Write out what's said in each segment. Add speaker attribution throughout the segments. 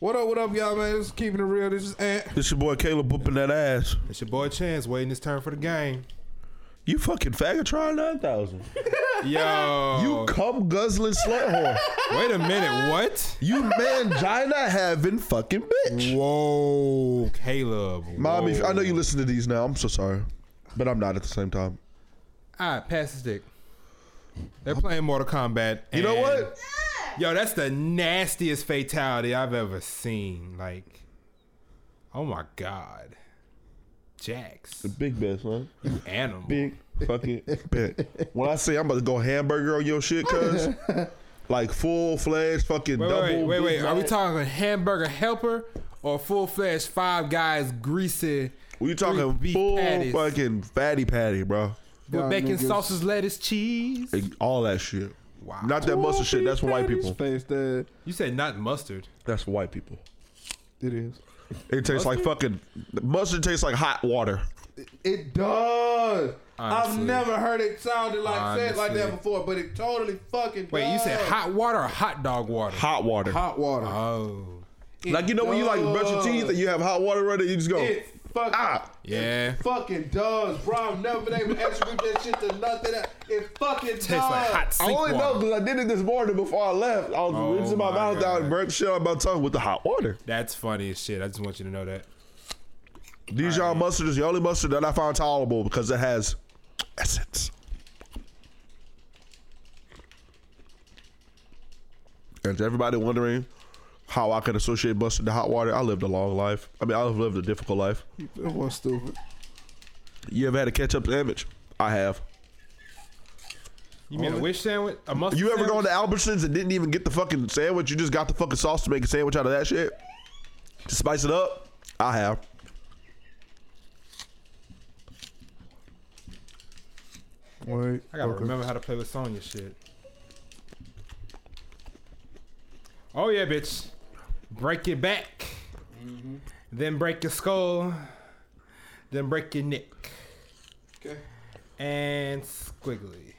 Speaker 1: What up, what up, y'all, man? This is keeping it real. This is Ant.
Speaker 2: It's your boy Caleb whooping that ass.
Speaker 1: It's your boy Chance waiting his turn for the game.
Speaker 2: You fucking faggot trying 9,000.
Speaker 1: Yo.
Speaker 2: You cum guzzling slut whore.
Speaker 1: wait a minute. What?
Speaker 2: You mangina having fucking bitch.
Speaker 1: Whoa, Caleb.
Speaker 2: Mom, if,
Speaker 1: whoa.
Speaker 2: I know you listen to these now. I'm so sorry. But I'm not at the same time.
Speaker 1: All right, pass the stick. They're playing Mortal Kombat.
Speaker 2: You know
Speaker 1: and-
Speaker 2: what?
Speaker 1: Yo, that's the nastiest fatality I've ever seen. Like, oh my god, Jax,
Speaker 2: Big best, man.
Speaker 1: animal.
Speaker 2: Big fucking bet. When I say I'm about to go hamburger on your shit, cuz. Like full fledged fucking
Speaker 1: Wait,
Speaker 2: double.
Speaker 1: wait, wait, wait,
Speaker 2: Big
Speaker 1: wait. Are we
Speaker 2: Mac.
Speaker 1: talking hamburger helper or full fledged five guys greasy
Speaker 2: We
Speaker 1: three
Speaker 2: talking
Speaker 1: beef
Speaker 2: full
Speaker 1: patties?
Speaker 2: fucking fatty patty, bro.
Speaker 1: with
Speaker 3: Y'all
Speaker 1: bacon,
Speaker 3: niggas.
Speaker 1: sauces, lettuce, cheese?
Speaker 2: And all that shit.
Speaker 1: Wow.
Speaker 2: Not that muscle shit. That's for white people.
Speaker 3: Face that.
Speaker 1: You said not mustard.
Speaker 2: That's for white people.
Speaker 3: It is.
Speaker 2: It tastes like fucking mustard. Tastes like hot water.
Speaker 3: It does.
Speaker 1: Honestly.
Speaker 3: I've never heard it sounded like said like that
Speaker 1: Honestly.
Speaker 3: before, but it totally fucking.
Speaker 1: Wait, you said
Speaker 3: does.
Speaker 1: hot water or hot dog water?
Speaker 2: Hot water.
Speaker 3: hot water.
Speaker 1: Oh,
Speaker 2: like you know when you like brush your teeth and you have hot water running, you just go.
Speaker 3: it fucking
Speaker 2: Ah.
Speaker 1: yeah.
Speaker 3: fucking does, bro. I've never been able to attribute that shit to nothing. That, it fucking does.
Speaker 1: Tastes like hot
Speaker 2: I
Speaker 1: sink
Speaker 2: only know
Speaker 1: water.
Speaker 2: because I did it this morning before I left. I was
Speaker 1: Oh
Speaker 2: rinsing my,
Speaker 1: my
Speaker 2: mouth out
Speaker 1: God.
Speaker 2: and burnt shit on my tongue with the hot water.
Speaker 1: That's funny as shit. I just want you to know that.
Speaker 2: Dijon mustard is the only mustard that I found tolerable because it has essence. And to everybody wondering how I can associate mustard to hot water, I lived a long life. I mean, I've lived a difficult life.
Speaker 3: That was stupid.
Speaker 2: You ever had a ketchup sandwich? I have.
Speaker 1: You mean a wish sandwich? A mustard?
Speaker 2: You ever
Speaker 1: sandwich?
Speaker 2: gone to Albertsons and didn't even get the fucking sandwich? You just got the fucking sauce to make a sandwich out of that shit? To spice it up? I have.
Speaker 3: Wait.
Speaker 1: I gotta remember how to play with Sonya shit. Oh yeah, bitch. Break your back,
Speaker 2: Mm-hmm.
Speaker 1: then break your skull, then break your neck,
Speaker 3: Okay.
Speaker 1: and squiggly.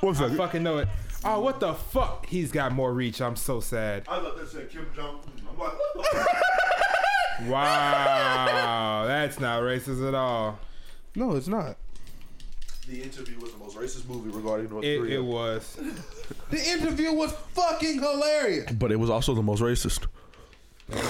Speaker 2: One
Speaker 1: I
Speaker 2: second.
Speaker 1: fucking know it. Oh, what the fuck? He's got more reach. I'm so sad.
Speaker 2: I love that said Kim Jong. I'm like,
Speaker 1: Wow, that's not racist at all.
Speaker 3: No, it's not.
Speaker 2: The interview was the most racist movie regarding North
Speaker 1: It, it was.
Speaker 3: The interview was fucking hilarious.
Speaker 2: But it was also the most racist.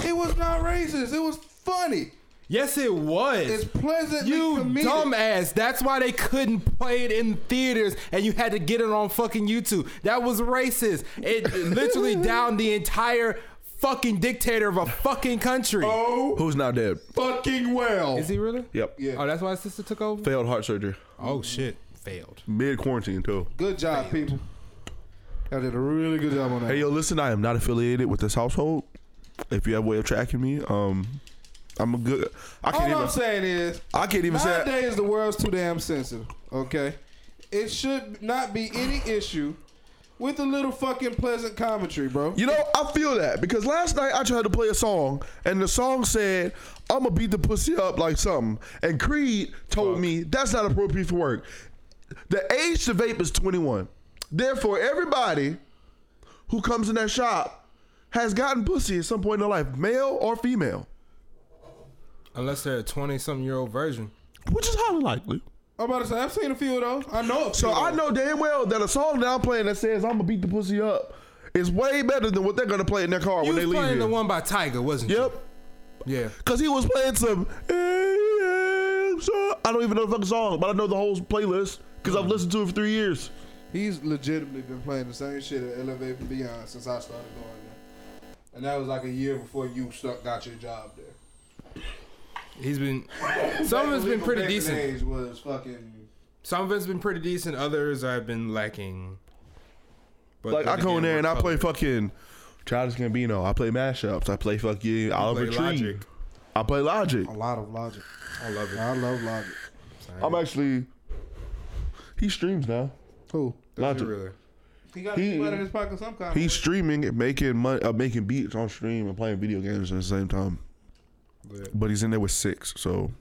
Speaker 3: It was not racist. It was funny.
Speaker 1: Yes, it was.
Speaker 3: It's pleasantly
Speaker 1: You
Speaker 3: comedic.
Speaker 1: dumbass. That's why they couldn't play it in theaters and you had to get it on fucking YouTube. That was racist. It literally downed the entire fucking dictator of a fucking country.
Speaker 3: Oh,
Speaker 2: Who's now dead?
Speaker 3: fucking well.
Speaker 1: Is he really?
Speaker 2: Yep.
Speaker 3: Yeah.
Speaker 1: Oh, that's why his sister took over?
Speaker 2: Failed heart surgery.
Speaker 1: Oh, shit. Failed.
Speaker 2: Mid quarantine too.
Speaker 3: Good job, people. Y'all did a really good job on that.
Speaker 2: Hey yo, listen, I am not affiliated with this household. If you have a way of tracking me, um I'm a good I
Speaker 3: All
Speaker 2: can't
Speaker 3: I'm
Speaker 2: even
Speaker 3: saying is,
Speaker 2: I can't even say
Speaker 3: nowadays the world's too damn sensitive. Okay, it should not be any issue with a little fucking pleasant commentary, bro.
Speaker 2: You know, I feel that because last night I tried to play a song and the song said, I'ma beat the pussy up like something. And Creed told me that's not appropriate for work. The age to vape is 21. Therefore, everybody who comes in that shop has gotten pussy at some point in their life, male or female.
Speaker 1: Unless they're a 20 something year old version.
Speaker 2: Which is highly likely.
Speaker 3: I'm about to say I've seen a few of those. I know. A few
Speaker 2: So
Speaker 3: of
Speaker 2: I
Speaker 3: those.
Speaker 2: know damn well that a song that I'm playing that says I'ma beat the pussy up is way better than what they're gonna play in their car
Speaker 1: You
Speaker 2: when they
Speaker 1: was
Speaker 2: leave.
Speaker 1: playing the
Speaker 2: here.
Speaker 1: one by Tiger, wasn't you?
Speaker 2: Yep.
Speaker 1: Yeah.
Speaker 2: Cause he was playing some. I don't even know the fucking song, but I know the whole playlist because I've listened to it for three years.
Speaker 3: He's legitimately been playing the same shit at Elevate from Beyond since I started going there, and that was like a year before you stuck, got your job there.
Speaker 1: He's been. Some of it's been
Speaker 3: Legal
Speaker 1: pretty
Speaker 3: Baby
Speaker 1: decent.
Speaker 3: Days was fucking.
Speaker 1: Some of it's been pretty decent. Others I've been lacking. But
Speaker 2: Like
Speaker 1: then
Speaker 2: I go
Speaker 1: again,
Speaker 2: in there
Speaker 1: we're
Speaker 2: and I play
Speaker 1: colored.
Speaker 2: fucking Childish Gambino. I play mashups. I play fucking Oliver
Speaker 1: play
Speaker 2: Tree.
Speaker 1: Logic.
Speaker 2: I play Logic.
Speaker 3: A lot of logic.
Speaker 1: I love it.
Speaker 3: I love logic.
Speaker 1: Oh,
Speaker 2: I'm actually. He streams now.
Speaker 3: Who?
Speaker 2: Logic.
Speaker 1: Really.
Speaker 3: He got
Speaker 2: He-
Speaker 3: money in his pocket some kind.
Speaker 2: He's streaming, and making money, uh, making beats on stream, and playing video games at the same time.
Speaker 1: Lit.
Speaker 2: But he's in there with six. So,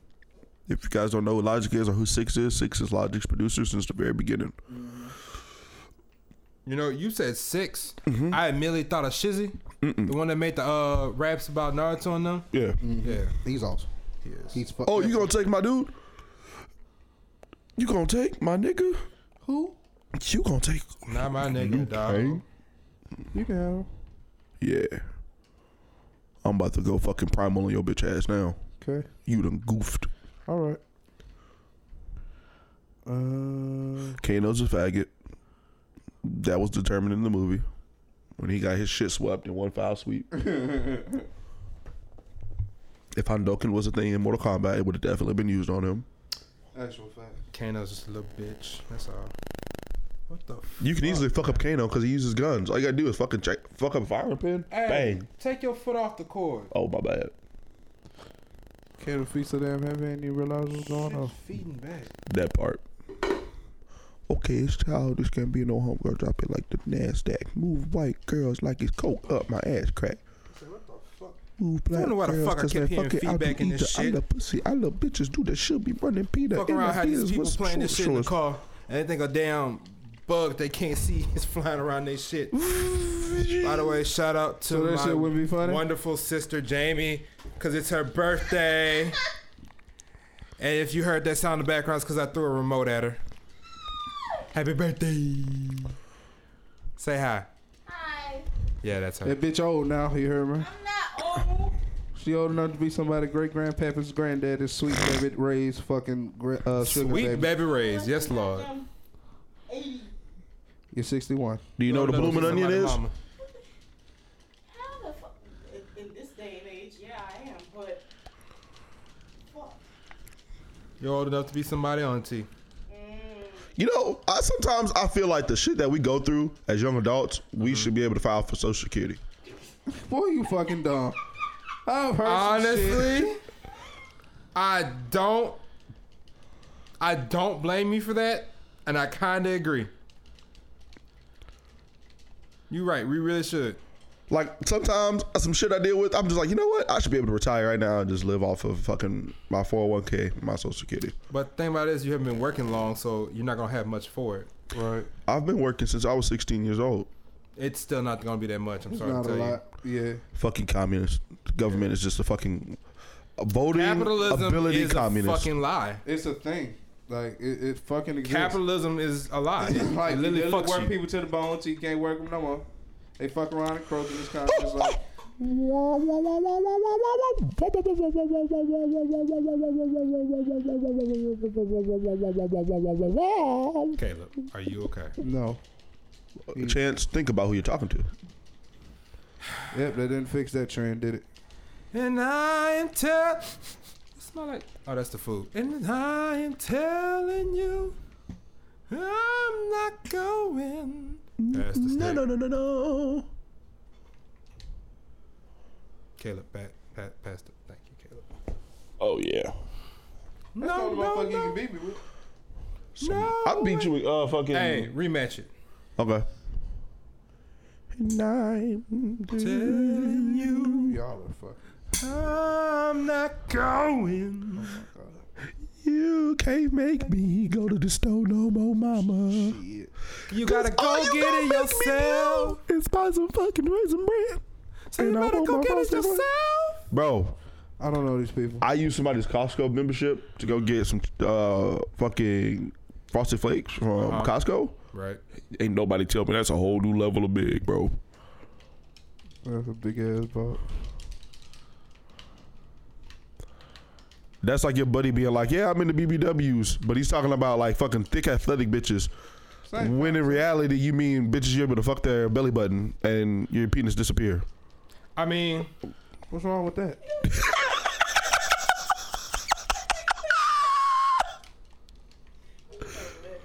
Speaker 2: if you guys don't know what Logic is or who Six is, Six is Logic's producer since the very beginning.
Speaker 1: You know, you said 6
Speaker 2: Mm-hmm.
Speaker 1: I immediately thought of Shizzy, the one that made the uh, raps about Naruto and them.
Speaker 2: Yeah.
Speaker 1: Yeah,
Speaker 3: He's awesome.
Speaker 1: he is.
Speaker 3: He's fu-
Speaker 2: Oh, you gonna take my dude? You gonna take my nigga?
Speaker 3: who?
Speaker 2: You gonna take?
Speaker 1: not my nigga, dog.
Speaker 2: Kang?
Speaker 3: You know,
Speaker 2: Yeah. I'm about to go fucking primal on your bitch ass now.
Speaker 3: okay,
Speaker 2: You done goofed.
Speaker 3: all right. Uh,
Speaker 2: Kano's a faggot. That was determined in the movie when he got his shit swept in one foul sweep. if Hondoken was a thing in Mortal Kombat, it would have definitely been used on him.
Speaker 4: Actual fact.
Speaker 1: Kano's just a little bitch. That's all. What the? F-
Speaker 2: You can easily fuck up Kano because he uses guns. All you gotta do is fucking check, fuck up a firing pin.
Speaker 1: Hey,
Speaker 2: Bang.
Speaker 1: Take your foot off the cord.
Speaker 2: Oh my bad.
Speaker 3: Kevin Feet so damn heavy, and you realize what's going on.
Speaker 1: Shit's feeding back.
Speaker 2: That part. Okay, it's childish. Can't be no homegirl. Drop it like the Nasdaq. Move white girls like it's coke up my ass crack.
Speaker 1: Say, what the fuck?
Speaker 2: Move
Speaker 1: I
Speaker 2: black
Speaker 1: don't know why the
Speaker 2: girls,
Speaker 1: fuck I
Speaker 2: 'cause
Speaker 1: kept
Speaker 2: man,
Speaker 1: hearing
Speaker 2: fuck it, I
Speaker 1: feedback
Speaker 2: do
Speaker 1: in this
Speaker 2: either. I
Speaker 1: shit.
Speaker 2: love pussy. I love bitches. Dude, that should be running Peter.
Speaker 1: Fuck
Speaker 2: in
Speaker 1: around
Speaker 2: the
Speaker 1: how these
Speaker 2: Peters
Speaker 1: people
Speaker 2: was
Speaker 1: playing this shit in the
Speaker 2: shortest.
Speaker 1: car, and they think a damn bug they can't see is flying around their shit. By the way, shout out to
Speaker 3: So that
Speaker 1: my
Speaker 3: shit wouldn't be funny?
Speaker 1: wonderful sister Jamie, cause it's her birthday. and if you heard that sound in the background, it's cause I threw a remote at her. Happy birthday! Say hi.
Speaker 5: Hi.
Speaker 1: Yeah, that's her.
Speaker 3: That bitch old now. You heard me?
Speaker 5: I'm not old.
Speaker 3: She old enough to be somebody great grandpappy's granddaddy's sweet baby raised fucking gra- uh, sugar
Speaker 1: Sweet
Speaker 3: baby.
Speaker 1: baby. rays, yes Lord.
Speaker 5: I'm 80.
Speaker 3: You're 61.
Speaker 2: Do you know what a blooming onion is?
Speaker 5: How the fuck? in- In this day and age, yeah, I am, but. Fuck.
Speaker 1: You're old enough to be somebody auntie.
Speaker 2: You know, I sometimes I feel like the shit that we go through as young adults,
Speaker 1: Mm-hmm.
Speaker 2: we should be able to file for Social Security.
Speaker 3: Boy, you fucking dumb. I've heard some shit.
Speaker 1: Honestly, I don't. I don't blame you for that, and I kind of agree. You're right. We really should.
Speaker 2: Like sometimes uh, some shit I deal with, I'm just like, you know what? I should be able to retire right now and just live off of fucking my 401k, my Social Security.
Speaker 1: But the thing about it is, you haven't been working long, so you're not gonna have much for it.
Speaker 3: Right.
Speaker 2: I've been working since I was 16 years old.
Speaker 1: It's still not gonna be that much. I'm sorry
Speaker 3: Not
Speaker 1: to
Speaker 3: a
Speaker 1: tell you.
Speaker 3: lot. Yeah.
Speaker 2: Fucking communist government is just a fucking a voting
Speaker 1: Capitalism
Speaker 2: ability
Speaker 1: is a
Speaker 2: communist.
Speaker 1: fucking lie.
Speaker 4: It's a thing.
Speaker 3: Like, it, it fucking exists.
Speaker 1: Capitalism is a lie. It
Speaker 4: Like,
Speaker 1: literally
Speaker 4: you literally
Speaker 1: fucks
Speaker 4: work
Speaker 1: you.
Speaker 4: people to the bone till you can't work them no more. They fuck around and croak in this country. It's like,
Speaker 2: Wah, wah, wah, wah, wah, wah, wah, wah.
Speaker 1: Caleb, are you okay?
Speaker 3: No.
Speaker 2: Chance, think about who you're talking to.
Speaker 3: Yep, they didn't fix that trend, did it?
Speaker 1: And I am tell. It smell like. Oh, that's the food. And I am telling you, I'm not going. That's the steak.
Speaker 2: No, no, no, no, no.
Speaker 1: Caleb, back, pat, past it. Thank you, Caleb.
Speaker 2: Oh yeah.
Speaker 4: that's
Speaker 1: no,
Speaker 4: the only
Speaker 1: no,
Speaker 4: motherfucker you
Speaker 1: no.
Speaker 4: can beat me with.
Speaker 1: No
Speaker 2: I beat you with uh fucking.
Speaker 1: Hey, rematch it.
Speaker 2: Okay.
Speaker 1: Telling you,
Speaker 3: Y'all are fucking.
Speaker 1: I'm not going.
Speaker 2: You can't make me go to the store no more, mama.
Speaker 1: You gotta go
Speaker 2: all you
Speaker 1: get
Speaker 2: gonna
Speaker 1: it
Speaker 2: make me
Speaker 1: yourself.
Speaker 2: It's buy some fucking raisin bread.
Speaker 1: So you
Speaker 2: And I
Speaker 1: better
Speaker 2: want
Speaker 1: go
Speaker 2: my
Speaker 1: get it
Speaker 2: boss to work.
Speaker 1: yourself.
Speaker 2: Bro,
Speaker 3: I don't know these people.
Speaker 2: I used somebody's Costco membership to go get some uh fucking frosted flakes from
Speaker 1: Uh-huh.
Speaker 2: Costco.
Speaker 1: Right.
Speaker 2: Ain't nobody tell me that's a whole new level of big, bro.
Speaker 3: That's a big ass box.
Speaker 2: That's like your buddy being like, "Yeah, I'm into BBWs," but he's talking about like fucking thick athletic bitches.
Speaker 4: Same.
Speaker 2: When in reality, you mean bitches you're able to fuck their belly button and your penis disappear.
Speaker 1: I mean,
Speaker 3: What's wrong with that?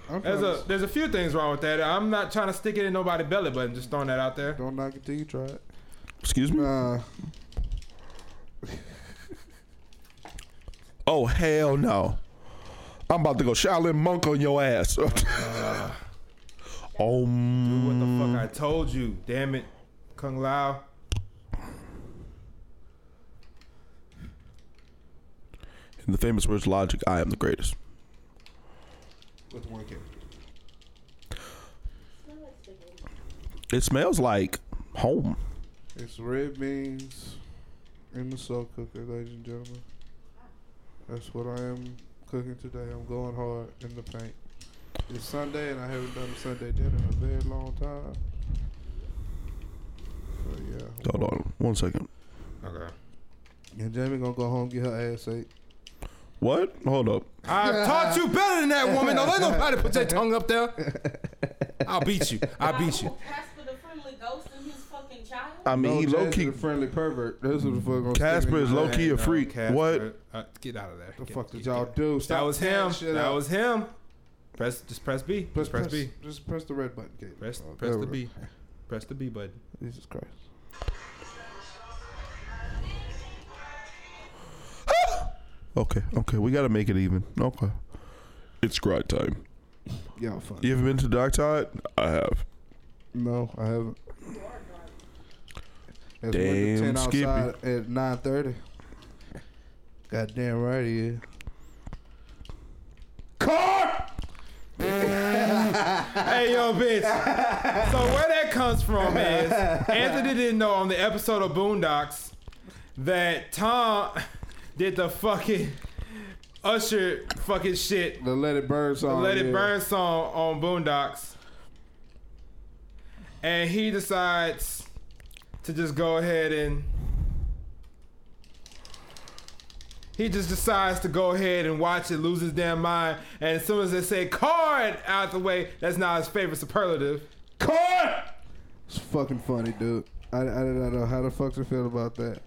Speaker 3: I'm
Speaker 1: there's
Speaker 3: trying
Speaker 1: a
Speaker 3: to,
Speaker 1: there's a few things wrong with that. I'm not trying to stick it in nobody's belly button. Just throwing that out there.
Speaker 3: don't knock it till you try it.
Speaker 2: Excuse me.
Speaker 3: Nah.
Speaker 2: Oh hell no! I'm about to go Shaolin monk on your ass. um,
Speaker 1: What the fuck? I told you. Damn it. Kung Lao.
Speaker 2: in the famous words of logic, I am the greatest.
Speaker 4: With one kid.
Speaker 5: No, it's the baby.
Speaker 2: It smells like home.
Speaker 3: It's red beans in the slow cooker, ladies and gentlemen. That's what I am cooking today. I'm going hard in the paint. It's Sunday, and I haven't done a Sunday dinner in a very long time. So yeah.
Speaker 2: Hold on one second.
Speaker 1: Okay.
Speaker 3: And Jamie gonna go home get her ass ate.
Speaker 2: What? Hold up.
Speaker 1: I've taught you better than that woman. Don't let nobody put their tongue up there. I'll beat you. I beat you.
Speaker 5: Casper the friendly ghost and his fucking child.
Speaker 2: I mean, he
Speaker 3: Jazz
Speaker 2: low
Speaker 3: is
Speaker 2: key.
Speaker 3: a friendly pervert. This is the fuck gonna
Speaker 2: Casper
Speaker 3: stick in
Speaker 2: is
Speaker 3: your
Speaker 2: low
Speaker 3: eye.
Speaker 2: key a
Speaker 1: No,
Speaker 2: freak.
Speaker 1: Casper.
Speaker 2: What?
Speaker 1: Uh, get out of there.
Speaker 3: The
Speaker 1: Get-
Speaker 3: fuck did
Speaker 1: get-
Speaker 3: y'all
Speaker 1: get-
Speaker 3: do? Stop
Speaker 1: That was him.
Speaker 3: shit
Speaker 1: That
Speaker 3: out.
Speaker 1: was him. Press. Just press B.
Speaker 3: Press,
Speaker 1: Just press, B.
Speaker 3: Just press the red button, Gabe.
Speaker 1: Press.
Speaker 3: Oh,
Speaker 1: press
Speaker 3: there
Speaker 1: the
Speaker 3: we
Speaker 1: B. Press the B button.
Speaker 3: go. Jesus Christ.
Speaker 2: Okay, okay. We gotta make it even. Okay. It's grind time.
Speaker 3: Y'all funny.
Speaker 2: You ever been to Dark Tide? I have.
Speaker 3: No, I haven't. It's
Speaker 2: Damn,
Speaker 3: winter 10
Speaker 2: Skippy.
Speaker 3: outside at nine thirty. Goddamn right he is.
Speaker 1: Car. hey yo, bitch. So where that comes from is Anthony didn't know on the episode of Boondocks that Tom did the fucking Usher fucking shit
Speaker 3: The Let It Burn song.
Speaker 1: Let It
Speaker 3: yeah.
Speaker 1: Burn song on Boondocks. And he decides to just go ahead and. He just decides to go ahead and watch it, lose his damn mind. And as soon as they say card out the way, that's not his favorite superlative. Card!
Speaker 3: It's fucking funny, dude. I, I don't know how the fuck to feel about that.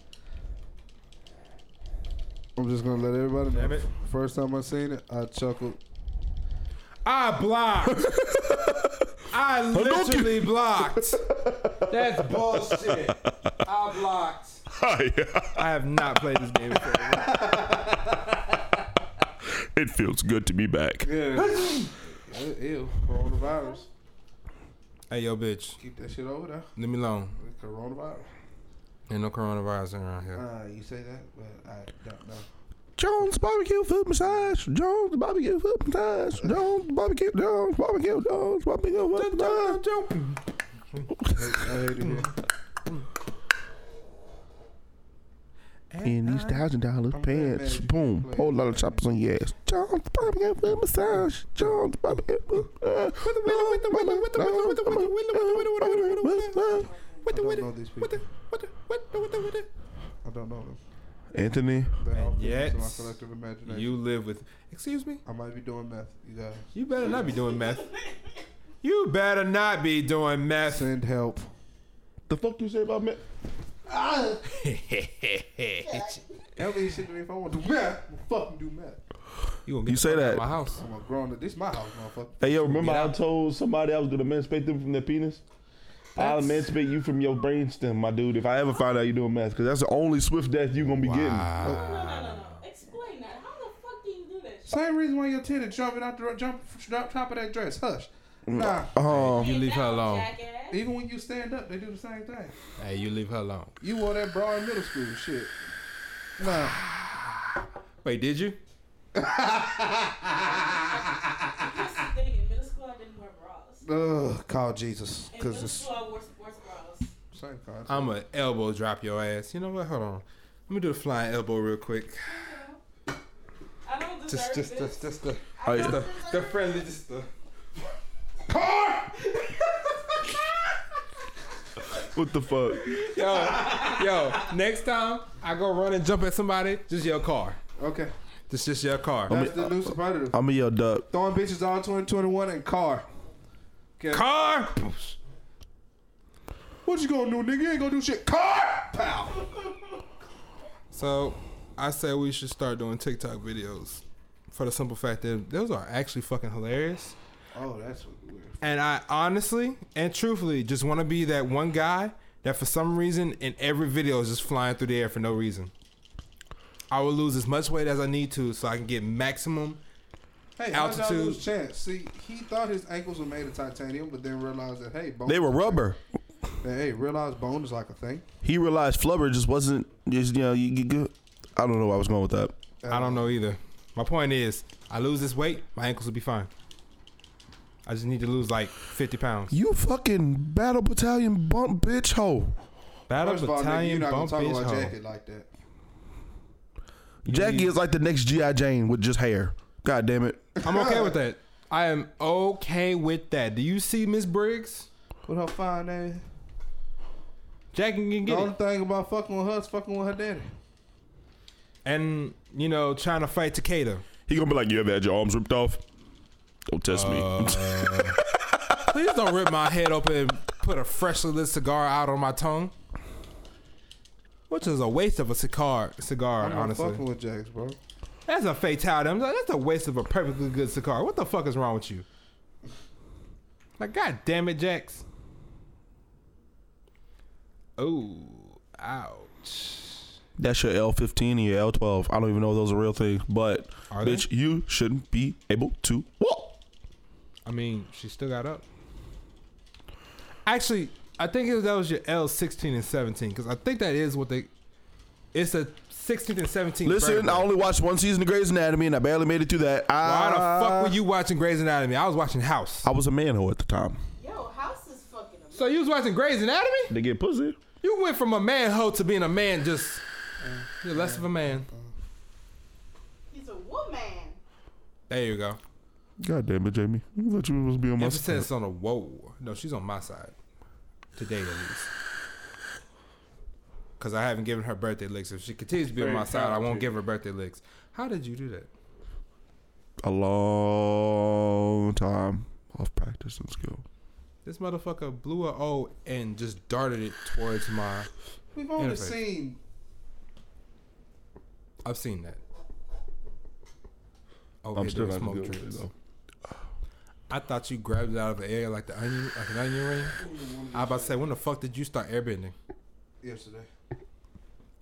Speaker 3: I'm just gonna let everybody know.
Speaker 1: Damn it.
Speaker 3: First time I seen it, I chuckled.
Speaker 1: I blocked. I literally blocked. That's bullshit. I blocked.
Speaker 2: Hi.
Speaker 1: I have not played this game before.
Speaker 2: it feels good to be back.
Speaker 3: Yeah. Ew, coronavirus.
Speaker 1: Hey, yo, bitch.
Speaker 3: Keep that shit over there.
Speaker 1: Leave me alone.
Speaker 3: Coronavirus.
Speaker 1: Ain't no coronavirus around here.
Speaker 3: Uh, you say that, but I don't know.
Speaker 2: Jones barbecue food massage. Jones barbecue food massage. Jones barbecue. Jones barbecue. Jones barbecue food massage.
Speaker 3: I hate it here.
Speaker 2: In these thousand dollar pants. Boom. Whole lot of choppers on your ass. Jones barbecue food massage. Jones barbecue food massage.
Speaker 3: I don't know these people. I don't know them.
Speaker 2: Fentanyl.
Speaker 3: They all
Speaker 1: And
Speaker 3: figures
Speaker 1: yet,
Speaker 3: in my collective imagination.
Speaker 1: You live with. Excuse me.
Speaker 3: I might be doing meth, you guys.
Speaker 1: You better not be doing meth. You better not be doing meth.
Speaker 3: Send help.
Speaker 2: The fuck you say about me?
Speaker 3: Help me shit to me if I want to do meth. I'm fucking do meth.
Speaker 1: gonna
Speaker 2: You
Speaker 1: the
Speaker 2: say
Speaker 1: fuck out
Speaker 2: that.
Speaker 1: of my house.
Speaker 3: I'm a grown. This is my house, motherfucker.
Speaker 6: Hey, yo, remember I told somebody I was gonna emancipate them from their penis? I'll emancipate you from your brainstem, my dude, if I ever find out you're doing meth, because that's the only swift death you're gonna be
Speaker 1: Ah,
Speaker 5: No, no, no, no, no. Explain that. How the fuck do you do that? Shit?
Speaker 3: Same reason why your tenant jumping out the jump, drop top of that dress. Hush. Nah.
Speaker 2: getting. Um,
Speaker 6: Uh-huh.
Speaker 1: You leave her
Speaker 5: Down,
Speaker 1: alone.
Speaker 5: jackass.
Speaker 3: Even when you stand up, they do the same thing.
Speaker 1: Hey, you leave her alone.
Speaker 3: You wore that bra in middle school, shit. Nah.
Speaker 1: Wait, did you?
Speaker 5: That's the thing. In middle school, I didn't wear bras.
Speaker 3: Ugh. Call Jesus,
Speaker 5: In
Speaker 3: cause
Speaker 5: middle
Speaker 3: it's
Speaker 5: school, I wore sports bras.
Speaker 3: same concept.
Speaker 1: I'm going to elbow drop your ass. You know what? Hold on. Let me do the flying elbow real quick.
Speaker 5: I don't
Speaker 1: Just,
Speaker 5: deserve
Speaker 1: just,
Speaker 5: this.
Speaker 1: just, just the,
Speaker 5: I
Speaker 2: Oh, yeah.
Speaker 5: don't
Speaker 1: the,
Speaker 5: deserve
Speaker 1: the friendly, just the.
Speaker 2: what the fuck?
Speaker 1: Yo, yo. Next time I go run and jump at somebody, just your car.
Speaker 3: Okay.
Speaker 1: Just, just your car.
Speaker 3: That's the new superlative.
Speaker 2: I'm a yo duck.
Speaker 3: Throwing bitches all 2021 and car.
Speaker 1: Car.
Speaker 3: What you gonna do, nigga? You ain't gonna do shit. Car. Pow.
Speaker 1: So I said we should start doing TikTok videos for the simple fact that those are actually fucking hilarious.
Speaker 3: Oh, that's weird.
Speaker 1: And I honestly and truthfully just want to be that one guy that for some reason in every video is just flying through the air for no reason. I will lose as much weight as I need to so I can get maximum.
Speaker 3: Hey, how'd y'all
Speaker 1: Altitude.
Speaker 3: lose chance? See, he thought his ankles were made of titanium, but then realized that hey, bone,
Speaker 2: They were rubber.
Speaker 3: hey, realized bone is like a thing.
Speaker 2: He realized flubber just wasn't just you know you, you, you I don't know where I was going with that.
Speaker 1: I don't know either. My point is, I lose this weight, my ankles will be fine. I I just need to lose like 50 pounds.
Speaker 2: You fucking battle battalion bump bitch hoe.
Speaker 1: Battle
Speaker 7: First of all, nigga, you're
Speaker 1: battalion
Speaker 7: not gonna
Speaker 1: bump
Speaker 7: talk
Speaker 1: bitch
Speaker 7: about
Speaker 1: hoe.
Speaker 7: jacket like that.
Speaker 1: You
Speaker 2: Jackie
Speaker 1: need-
Speaker 2: is like the next G.I. Jane with just hair. God damn it.
Speaker 1: I'm okay with that. I am okay with that. Do you see Miss Briggs?
Speaker 3: With her fine ass.
Speaker 1: Jackie can
Speaker 3: The
Speaker 1: get
Speaker 3: only
Speaker 1: it.
Speaker 3: thing about fucking with her is fucking with her daddy.
Speaker 1: And, you know, trying to fight Takeda.
Speaker 8: He gonna be like, you ever had your arms ripped off? Don't test me.
Speaker 1: Uh. Please don't rip my head open and put a freshly lit cigar out on my tongue. Which is a waste of a cigar, cigar
Speaker 3: I'm not
Speaker 1: honestly.
Speaker 3: fucking with Jax, bro.
Speaker 1: That's a fatality. I'm like, that's a waste of a perfectly good cigar. What the fuck is wrong with you? Like, god damn it, Jax. Oh, ouch.
Speaker 2: That's your L15 and your L12. I don't even know if those are real things, but
Speaker 1: Are they?
Speaker 2: bitch, you shouldn't be able to walk.
Speaker 1: I mean, she still got up. Actually, I think it was, that was your L sixteen and seventeen because I think that is what they. It's a sixteen and seventeen.
Speaker 2: Listen, I only watched one season of Grey's Anatomy and I barely made it through that.
Speaker 1: why
Speaker 2: I,
Speaker 1: the fuck were you watching Grey's Anatomy? I was watching House.
Speaker 2: I was a man hoe at the time.
Speaker 5: Yo, house is fucking amazing.
Speaker 1: So you was watching Grey's Anatomy?
Speaker 8: they get pussy.
Speaker 1: You went from a manhole to being a man. Just you're less of a man.
Speaker 5: He's a woman.
Speaker 1: There you go.
Speaker 2: God damn it, Jamie. I thought you was be on my side.
Speaker 1: Emphasis on a whoa. No, she's on my side today at least. Because I haven't given her birthday licks. If she continues to be on my side, I won't give her birthday licks. How did you do that?
Speaker 2: a long time of practice and skill.
Speaker 1: This motherfucker blew a O and just darted it towards my.
Speaker 3: We've only
Speaker 1: Interface.
Speaker 3: seen
Speaker 1: I've seen that. Oh,
Speaker 8: I'm
Speaker 1: yeah,
Speaker 8: still
Speaker 1: there
Speaker 8: not
Speaker 1: were
Speaker 8: good
Speaker 1: smoke
Speaker 8: with it
Speaker 1: trees.
Speaker 8: though.
Speaker 1: I thought you grabbed it out of the air like the onion, like an onion ring. I about to say, when the fuck did you start airbending?
Speaker 3: yesterday.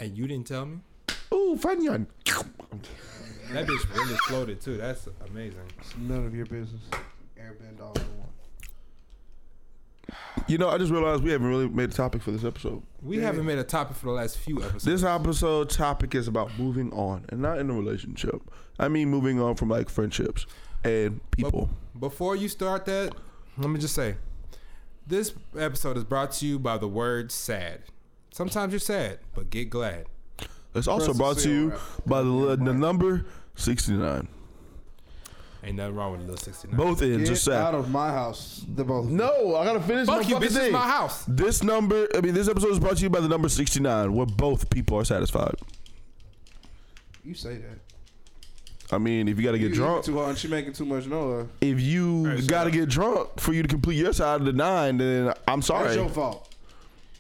Speaker 1: And you didn't tell me.
Speaker 2: Ooh, Fanyan.
Speaker 1: That bitch really floated too. That's amazing.
Speaker 3: It's none of your business. Airbend all in one.
Speaker 2: You know, I just realized we haven't really made a topic for this episode.
Speaker 1: We haven't made a topic for the last few episodes.
Speaker 2: This episode topic is about moving on, and not in a relationship. I mean, moving on from like friendships and people.
Speaker 1: Before you start that, let me just say this episode is brought to you by the word sad. Sometimes you're sad, but get glad.
Speaker 2: It's also
Speaker 3: Press
Speaker 2: brought
Speaker 3: the
Speaker 2: to you
Speaker 3: seal
Speaker 2: by the, the number sixty nine.
Speaker 1: Ain't nothing wrong with a little 69.
Speaker 2: Both ends are
Speaker 3: Get out
Speaker 2: sad.
Speaker 3: of my house. The both. of you.
Speaker 2: No, I gotta finish
Speaker 1: Fuck
Speaker 2: my
Speaker 1: you,
Speaker 2: fucking
Speaker 1: bitch. This is
Speaker 2: thing.
Speaker 1: my house.
Speaker 2: This number, I mean, this episode is brought to you by the number sixty nine, where both people are satisfied.
Speaker 3: You say that.
Speaker 2: I mean, if you gotta
Speaker 3: You
Speaker 2: get
Speaker 3: eat
Speaker 2: drunk,
Speaker 3: Too hard. and She making too much noise.
Speaker 2: if you
Speaker 1: Alright, so-
Speaker 2: gotta get drunk for you to complete your side of the nine, then I'm
Speaker 3: That's
Speaker 2: sorry.
Speaker 3: your fault.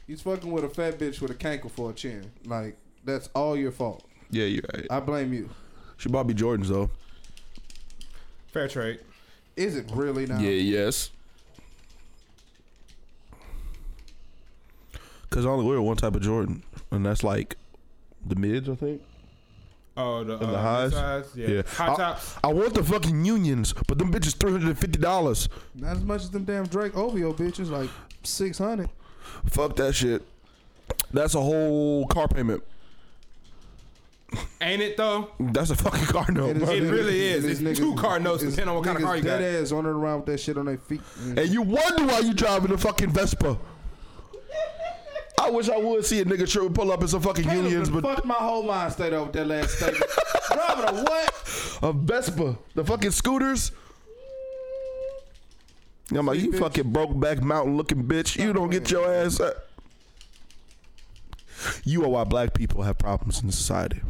Speaker 3: You fucking with a fat bitch with a cankle for a chin. Like that's all your fault.
Speaker 2: Yeah, you're right.
Speaker 3: I blame you.
Speaker 2: She Bobby Jordan's though.
Speaker 1: Fair trade.
Speaker 3: Is it really not?
Speaker 2: yes. Cause I only wear one type of Jordan, and that's like the mids, I think.
Speaker 1: Oh, the, uh,
Speaker 2: the highs?
Speaker 1: size? Yeah.
Speaker 2: Yeah. Uh,
Speaker 1: High
Speaker 2: I-
Speaker 1: tops.
Speaker 2: I want the fucking unions, but them bitches three hundred and fifty dollars.
Speaker 3: Not as much as them damn Drake OVO bitches. Like six hundred.
Speaker 2: Fuck that shit. That's a whole car payment.
Speaker 1: Ain't it though?
Speaker 2: That's a fucking car note.
Speaker 3: And
Speaker 2: bro.
Speaker 1: It really is.
Speaker 3: and
Speaker 1: It's two car notes,
Speaker 3: it's
Speaker 1: depending on what kind of
Speaker 3: niggas
Speaker 1: car you
Speaker 3: dead
Speaker 1: got.
Speaker 3: ass running around with that shit on their feet. Mm.
Speaker 2: And you wonder why you driving a fucking Vespa. I wish I would see a nigga trip pull up in some fucking
Speaker 3: Caleb
Speaker 2: unions,
Speaker 3: done
Speaker 2: but
Speaker 3: fucked my whole mind state over that last statement. Driving a what?
Speaker 2: a Vespa, the fucking scooters. I'm like, you fucking broke back mountain looking bitch. You don't get your ass. Up. You are why black people have problems in society.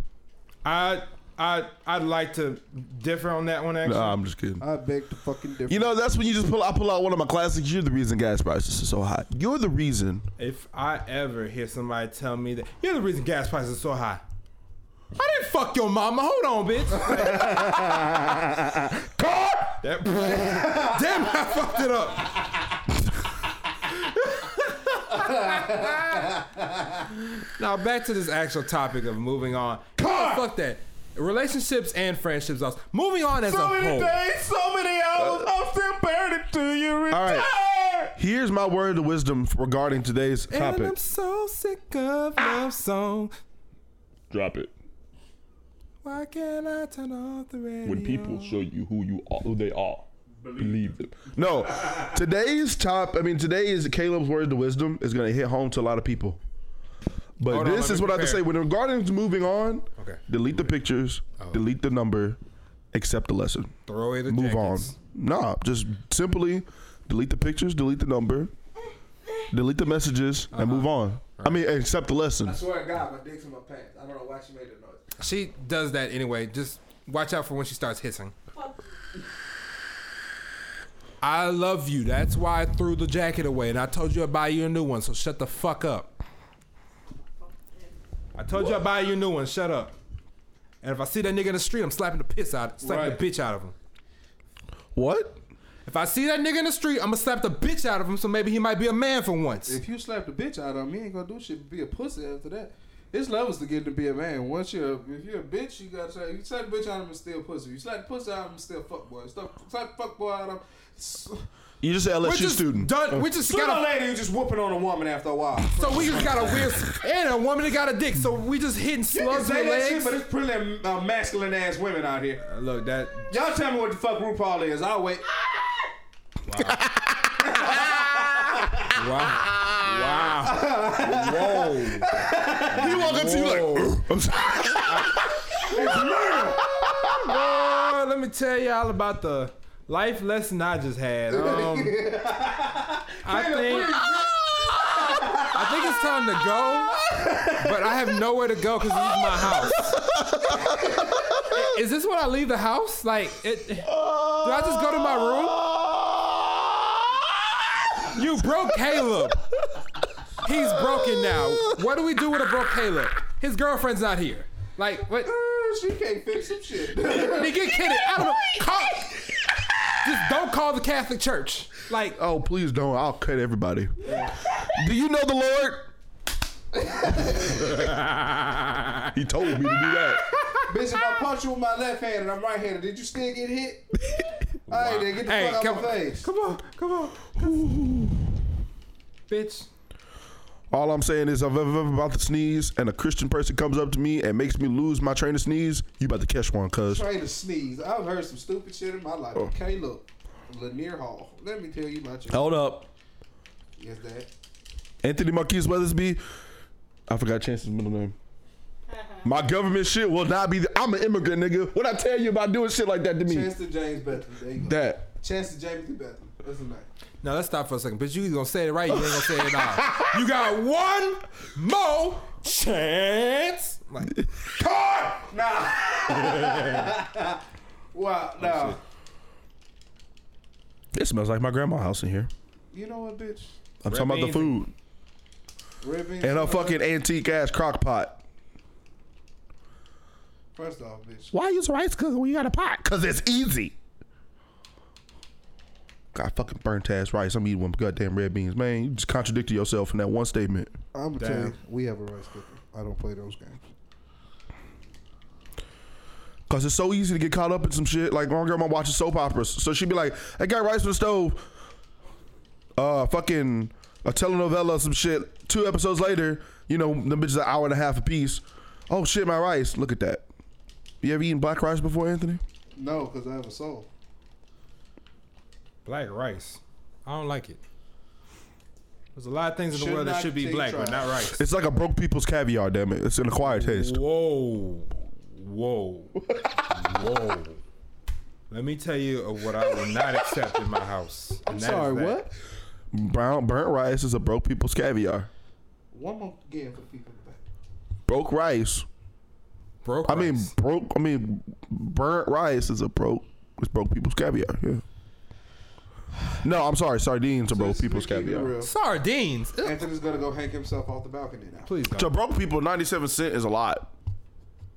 Speaker 1: I I I'd like to differ on that one actually.
Speaker 2: Nah, I'm just kidding.
Speaker 3: I beg to fucking differ.
Speaker 2: You know, that's when you just pull. I pull out one of my classics. You're the reason gas prices are so high. You're the reason.
Speaker 1: If I ever hear somebody tell me that you're the reason gas prices are so high. I didn't fuck your mama. Hold on, bitch.
Speaker 2: Car.
Speaker 1: That, damn, I fucked it up. now back to this actual topic of moving on. Car! Fuck that. Relationships and friendships. Also. Moving on as a whole.
Speaker 3: days, so many hours. I'm still burning to you.
Speaker 2: Uh, All right. Here's my word of wisdom regarding today's
Speaker 1: And
Speaker 2: topic.
Speaker 1: I'm so sick of love songs.
Speaker 8: Drop it.
Speaker 1: Why can't I turn off the radio?
Speaker 8: When people show you who you are, who they are,
Speaker 9: Believe it.
Speaker 2: No, today's top. I mean, today is Caleb's word to wisdom is going to hit home to a lot of people. But
Speaker 1: Hold on,
Speaker 2: this
Speaker 1: let
Speaker 2: is
Speaker 1: me
Speaker 2: what I have
Speaker 1: prepare.
Speaker 2: to say. When the Guardians moving on,
Speaker 1: Okay.
Speaker 2: delete the pictures, delete the number, accept the lesson,
Speaker 1: Throw away the
Speaker 2: move
Speaker 1: jackets.
Speaker 2: on. Nah, just simply delete the pictures, delete the number, delete the messages,
Speaker 1: Uh-huh.
Speaker 2: and move on. I mean, accept the lesson.
Speaker 10: I swear to God, my dick's in my pants. I don't know why she made that noise.
Speaker 1: She does that anyway. Just watch out for when she starts hissing.
Speaker 5: Fuck
Speaker 1: I love you. That's why I threw the jacket away, and I told you I'd buy you a new one. So shut the fuck up. I told you I'd buy you a new one. Shut up. And if I see that nigga in the street, I'm slapping the piss out, slapping
Speaker 3: Right.
Speaker 1: the bitch out of him.
Speaker 2: What?
Speaker 1: If I see that nigga in the street, I'm gonna slap the bitch out of him. So maybe he might be a man for once.
Speaker 3: If you slap the bitch out of him, he ain't gonna do shit but be a pussy after that. It's levels to get to be a man. Once you're, if you're a bitch, you gotta slap. You slap the bitch out of him and still pussy. You slap the pussy out of him and still fuck boy. Slap, slap the fuck boy out of him. S-
Speaker 2: You just an LSU
Speaker 1: Which is
Speaker 2: student.
Speaker 1: done. Which is
Speaker 10: Sooner or
Speaker 1: got
Speaker 10: later, you just whooping on a woman after a while.
Speaker 1: a, so we just got a weird and a woman that got a dick. So we just hitting
Speaker 10: You can
Speaker 1: slugs in
Speaker 10: say
Speaker 1: the
Speaker 10: that shit,
Speaker 1: legs.
Speaker 10: but it's pretty uh, masculine ass women out here.
Speaker 1: Uh, Look, that
Speaker 10: Y'all tell me what the fuck RuPaul is. I'll wait.
Speaker 1: wow, wow, whoa.
Speaker 2: He walk up to you like, I'm sorry.
Speaker 1: Boy, let me tell y'all about the life lesson I just had. Um, I think I think it's time to go, but I have nowhere to go because this is my house. I- Is this when I leave the house? Like, it, do I just go to my room? You broke Caleb. He's broken now. What do we do with a broke Caleb? His girlfriend's not here. Like, what?
Speaker 3: She can't fix some shit.
Speaker 1: Nigga, get kidding. I don't know. Call, just don't call the Catholic Church. Like,
Speaker 2: Oh, please don't. I'll cut everybody. Do you know the Lord? he told me to do that.
Speaker 3: bitch, if I punch you with my left hand and I'm right handed, did you still get hit? All right, then get the
Speaker 1: hey,
Speaker 3: fuck
Speaker 1: come
Speaker 3: out my
Speaker 1: on,
Speaker 3: face.
Speaker 1: come on, come on, bitch.
Speaker 2: All I'm saying is, if I'm ever about to sneeze and a Christian person comes up to me and makes me lose my train to sneeze, you about to catch one, cuz.
Speaker 3: Trying to sneeze. I've heard some stupid shit in my life.
Speaker 2: Oh.
Speaker 3: Caleb, Lanier Hall. Let me tell you about your.
Speaker 2: Hold up.
Speaker 3: Yes, that.
Speaker 2: Anthony Marquise Weathersby. I forgot Chance's middle name. My government shit will not be. The, I'm an immigrant, nigga. What I tell you about doing shit like that to me?
Speaker 3: Chance to James Bethlehem. There you go.
Speaker 2: That.
Speaker 3: Chance to James Bethlehem. That's the name.
Speaker 1: Now let's stop for a second. Bitch, you either gonna say it right, you ain't gonna say it at all. You got one more chance. Like,
Speaker 3: Nah. wow,
Speaker 2: Oh,
Speaker 3: nah.
Speaker 2: It smells like my grandma's house in here.
Speaker 3: You know what, bitch?
Speaker 2: I'm
Speaker 1: Red
Speaker 2: talking about the
Speaker 1: beans
Speaker 2: food.
Speaker 3: Red beans.
Speaker 2: and a
Speaker 3: and
Speaker 2: fucking antique ass crock pot.
Speaker 3: First off, bitch.
Speaker 2: Why use a rice cooker when you got a pot? Cause it's easy. God, fucking burnt ass rice. I'm eating one goddamn red beans, man. You just contradicted yourself in that one statement.
Speaker 3: I'm gonna tell you,
Speaker 1: Damn.
Speaker 3: we have a rice cooker. I don't play those games.
Speaker 2: Cause it's so easy to get caught up in some shit. Like my grandma watches soap operas, so she'd be like, "I got rice from the stove." Uh, fucking a telenovela, or some shit. Two episodes later, you know, the bitches an hour and a half apiece. Oh shit, my rice. Look at that. You ever eaten black rice before, Anthony?
Speaker 3: No, because I have a soul.
Speaker 1: black rice. I don't like it. There's a lot of things in the
Speaker 3: Should
Speaker 1: world that
Speaker 3: not
Speaker 1: should be
Speaker 3: take
Speaker 1: black, but
Speaker 3: trials.
Speaker 1: not rice.
Speaker 2: It's like a broke people's caviar, damn it. It's an acquired taste.
Speaker 1: Whoa, whoa, whoa. Let me tell you of what I will not accept in my house. I'm
Speaker 3: Sorry, what?
Speaker 2: Brown burnt rice is a broke people's caviar.
Speaker 3: One more game for the people in the back.
Speaker 2: Broke rice.
Speaker 1: Broke
Speaker 2: I mean
Speaker 1: rice.
Speaker 2: broke I mean burnt rice is a broke it's broke people's caviar, yeah. No, I'm sorry, sardines are broke
Speaker 3: Let's-
Speaker 2: people's
Speaker 3: let's keep it
Speaker 2: caviar.
Speaker 3: real.
Speaker 1: sardines. Ugh.
Speaker 3: Anthony's gonna go hang himself off the balcony now.
Speaker 1: Please don't.
Speaker 2: To broke people, ninety seven cent is a lot.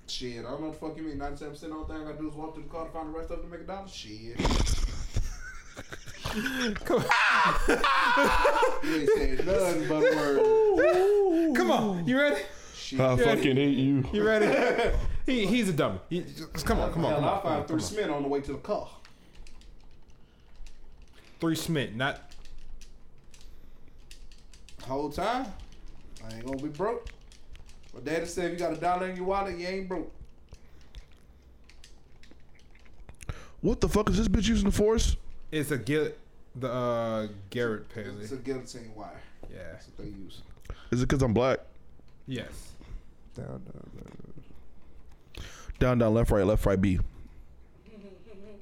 Speaker 3: Shit, I don't know what the fuck you mean. 97% all thing I gotta do is walk through the car to find the rest of them to make a dollar. Shit. you ain't saying nothing but words.
Speaker 1: Come on, you ready?
Speaker 3: Shit.
Speaker 9: I fucking hate you.
Speaker 1: You ready? he, he's a dummy. He- just- come on, come on,
Speaker 3: Hell,
Speaker 1: come
Speaker 3: I
Speaker 1: on.
Speaker 3: found three Smith on the way to the car.
Speaker 1: Three Schmidt, not
Speaker 3: Whole time, I ain't gonna be broke. My daddy said if you got a dollar in your wallet, you ain't broke.
Speaker 2: What the fuck is this bitch using the force?
Speaker 1: It's a gil the uh, Garrett Paley.
Speaker 3: It's a guillotine wire.
Speaker 1: Yeah.
Speaker 3: That's what they use.
Speaker 2: Is it because I'm black?
Speaker 1: Yes.
Speaker 11: Down, down, down.
Speaker 2: Down, down, left, right, left, right, B.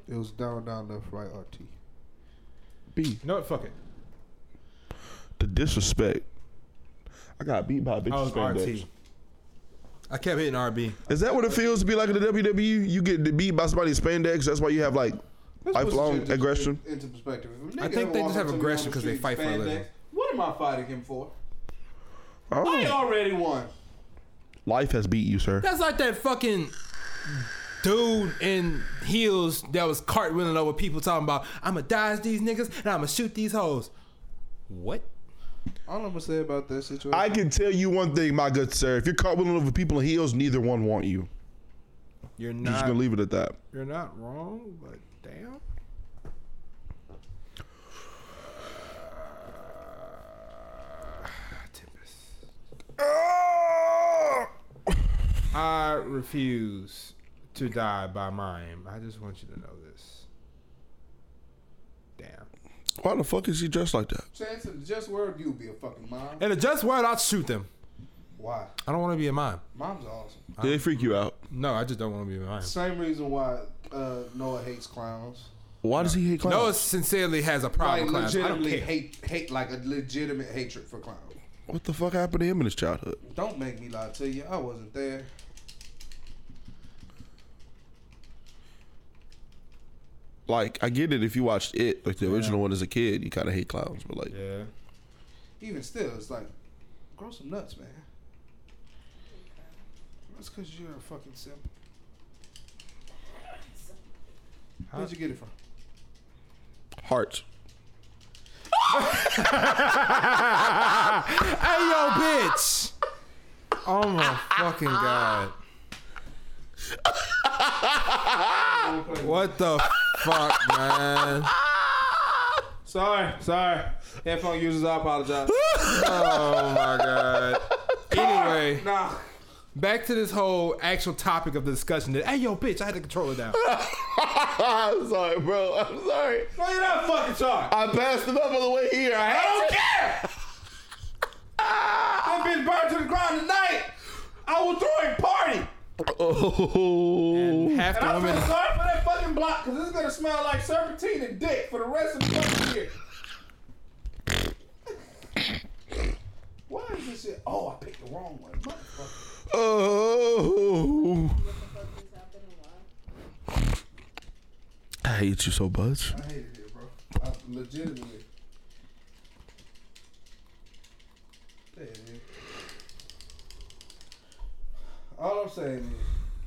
Speaker 11: It was down, down, left, right, RT.
Speaker 2: B.
Speaker 1: No, fuck it.
Speaker 2: The disrespect. I got beat by a bitch.
Speaker 1: I was RT. I kept hitting RB.
Speaker 2: Is that what it feels to be like in the WWE? You get beat by somebody in spandex. That's why you have like lifelong
Speaker 3: Into-
Speaker 2: aggression.
Speaker 3: Into perspective. If a
Speaker 1: I
Speaker 3: nigga
Speaker 1: think they
Speaker 3: ever
Speaker 1: just
Speaker 3: walk
Speaker 1: have
Speaker 3: up to me on
Speaker 1: aggression
Speaker 3: the
Speaker 1: 'cause they
Speaker 3: street
Speaker 1: fight for a
Speaker 3: spandex,
Speaker 1: living.
Speaker 3: What am I fighting him for? I
Speaker 2: Oh,
Speaker 3: already won.
Speaker 2: life has beat you, sir.
Speaker 1: That's like that fucking dude in heels that was cartwheeling over people talking about I'ma dodge these niggas and I'ma shoot these hoes. What?
Speaker 11: All I'm gonna say about that situation,
Speaker 2: I can tell you one thing, my good sir. If you're caught with over people in heels, neither one want you.
Speaker 1: You're
Speaker 2: I'm just
Speaker 1: not.
Speaker 2: gonna leave it at that.
Speaker 1: You're not wrong, but damn.
Speaker 2: Ah!
Speaker 1: I refuse to die by mime. I just want you to know this. Damn.
Speaker 2: Why the fuck is he dressed like that?
Speaker 3: Chance in the just world, you'll be a fucking mom.
Speaker 1: In a just word, I'll shoot them.
Speaker 3: Why?
Speaker 1: I don't want to be a mime.
Speaker 3: Mom's awesome.
Speaker 2: Did they freak you out?
Speaker 1: No, I just don't want to be a mime.
Speaker 3: Same reason why uh, Noah hates clowns.
Speaker 2: Why does he hate clowns?
Speaker 1: Noah sincerely has a problem.
Speaker 3: Like
Speaker 1: with clowns. I don't
Speaker 3: legitimately
Speaker 1: care.
Speaker 3: hate hate like a legitimate hatred for clowns.
Speaker 2: what the fuck happened to him in his childhood?
Speaker 3: Don't make me lie to you. I wasn't there.
Speaker 2: Like, I get it if you watched it, like the original one as a kid, you kind of hate clowns, but like,
Speaker 1: Yeah.
Speaker 3: Even still, it's like, grow some nuts, man. That's because you're a fucking simp. Where'd you get it from?
Speaker 2: hearts.
Speaker 1: Hey, yo, bitch. Oh my fucking god. what the fuck, man?
Speaker 3: Sorry, sorry. Headphone users, I apologize.
Speaker 1: Oh my god. Anyway,
Speaker 3: nah.
Speaker 1: back to this whole actual topic of the discussion. Hey, yo, bitch, I had to control it down.
Speaker 2: I'm sorry, bro. I'm sorry.
Speaker 3: No, you're not fucking sorry.
Speaker 2: I passed it up on the way here. I
Speaker 3: I
Speaker 2: had
Speaker 3: don't
Speaker 2: to.
Speaker 3: care. I've been burned to the ground tonight. I will throw a party.
Speaker 2: Oh.
Speaker 1: Half
Speaker 3: And
Speaker 1: the
Speaker 3: I feel
Speaker 1: women.
Speaker 3: sorry for that fucking block because it's gonna smell like serpentine and dick for the rest of the fucking year. Why is this shit? Oh, I picked the wrong one. Motherfucker.
Speaker 2: Oh.
Speaker 5: What the fuck just happened and why?
Speaker 2: I hate you so much.
Speaker 3: I hated it, bro. I legitimately. There it is. All I'm saying is,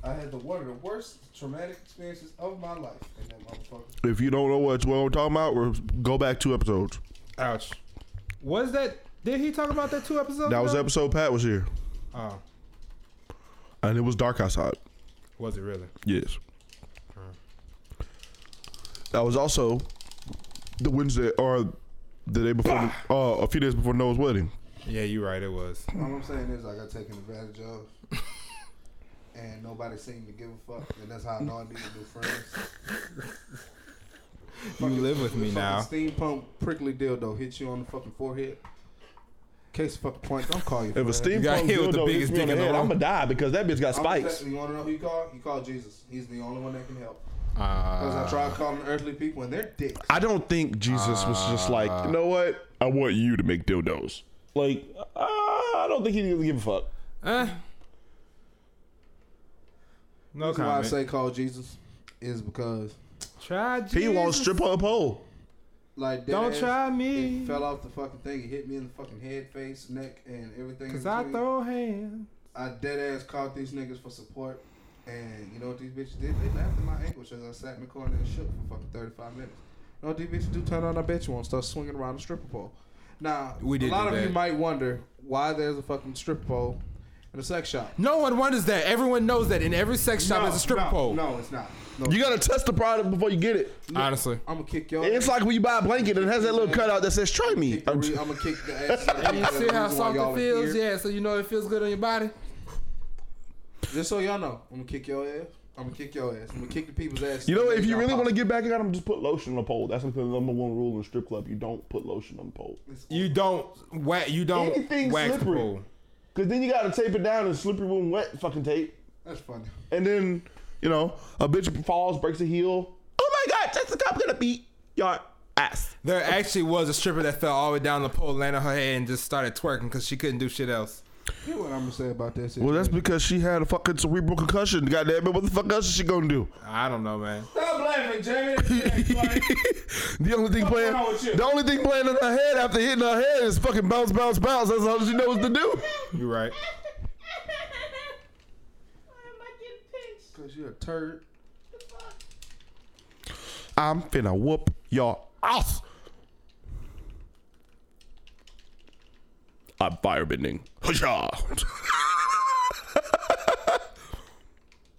Speaker 3: I had the one of the worst traumatic experiences of my life in that motherfucker.
Speaker 2: If you don't know what what we're talking about, we're, go back two episodes.
Speaker 1: Ouch. Was that. Did he talk about that two episodes
Speaker 2: That was
Speaker 1: ago?
Speaker 2: episode Pat was here,
Speaker 1: Oh,
Speaker 2: and it was dark outside.
Speaker 1: was it really?
Speaker 2: Yes. That was also the Wednesday or the day before, uh, a few days before Noah's wedding.
Speaker 1: Yeah, you're right, it was.
Speaker 3: All I'm saying is I got taken advantage of, and nobody seemed to give a fuck, and that's how I know I need new friends.
Speaker 1: You live with me
Speaker 3: Fucking
Speaker 1: now.
Speaker 3: Steampunk prickly dildo hit you on the fucking forehead. Case fucking point. Don't call you.
Speaker 2: If a
Speaker 1: You got
Speaker 2: steampunk
Speaker 1: hit with the
Speaker 2: dildo hits
Speaker 1: biggest
Speaker 2: me on
Speaker 1: dick in the
Speaker 2: head,
Speaker 1: room.
Speaker 2: I'ma die because that bitch got spikes.
Speaker 3: You want to know who you call? You call Jesus. He's the only one that can help. Because I
Speaker 1: Uh,
Speaker 3: tried calling earthly people, and they're dicks.
Speaker 2: I don't think Jesus was just like, you know what? I want you to make dildos. Like, uh, I don't think he didn't give a fuck.
Speaker 1: eh. No
Speaker 3: That's why I
Speaker 1: comment.
Speaker 3: say call Jesus is because
Speaker 1: Try
Speaker 2: He won't strip on a pole.
Speaker 3: like dead
Speaker 1: Don't
Speaker 3: ass,
Speaker 1: try me.
Speaker 3: It fell off the fucking thing. It hit me in the fucking head, face, neck, and everything. in
Speaker 1: Cause I
Speaker 3: between.
Speaker 1: throw hands.
Speaker 3: I dead ass called these niggas for support, and you know what these bitches did? They laughed at my anguish as I sat in the corner and shook for fucking 35 minutes. You know what these bitches do? Turn on, I bet you won't start swinging around a stripper pole. Now,
Speaker 1: We did
Speaker 3: a lot
Speaker 1: do
Speaker 3: of
Speaker 1: that.
Speaker 3: you might wonder why there's a fucking stripper pole in a sex shop.
Speaker 1: No one wonders that. Everyone knows that in every sex shop there's a stripper
Speaker 3: no,
Speaker 1: pole.
Speaker 3: No, it's not. No,
Speaker 2: You gotta test the product before you get it.
Speaker 1: Honestly,
Speaker 3: I'm gonna kick your.
Speaker 2: It's like when you buy a blanket and it has that little cutout that says "Try me."
Speaker 3: Kick the re- I'm gonna kick the ass.
Speaker 1: you see how soft it feels. Yeah, so you know it feels good on your body.
Speaker 3: Just so y'all know, I'm gonna kick your ass. I'm gonna kick your ass. I'm gonna kick the people's ass.
Speaker 2: You know, if you really want to get back at them, just put lotion on the pole. That's like the number one rule in the strip club. You don't put lotion on the pole.
Speaker 1: You don't whack. You don't
Speaker 2: Anything
Speaker 1: wax the
Speaker 2: slippery.
Speaker 1: pole.
Speaker 2: Because then you got to tape it down in slippery when wet fucking tape.
Speaker 3: That's funny.
Speaker 2: And then, you know, a bitch falls, breaks a heel. Oh my God, Jessica, I'm going to beat your ass.
Speaker 1: There actually was a stripper that fell all the way down the pole, landed on her head, and just started twerking because she couldn't do shit else.
Speaker 3: Hear what I'm gonna say about that shit.
Speaker 12: Well, that's because she had a fucking cerebral concussion. Goddamn it, what the fuck else is she gonna do?
Speaker 1: I don't know, man.
Speaker 3: Stop laughing, Jamie. That's funny.
Speaker 12: The only thing playing,
Speaker 3: wrong with you?
Speaker 12: the only thing playing in her head after hitting her head is fucking bounce, bounce, bounce. That's all she knows to do.
Speaker 1: You're right.
Speaker 5: Why am I getting pinched?
Speaker 3: Cause you're a turd.
Speaker 5: The fuck?
Speaker 12: I'm finna whoop your ass. I'm firebending. Husha.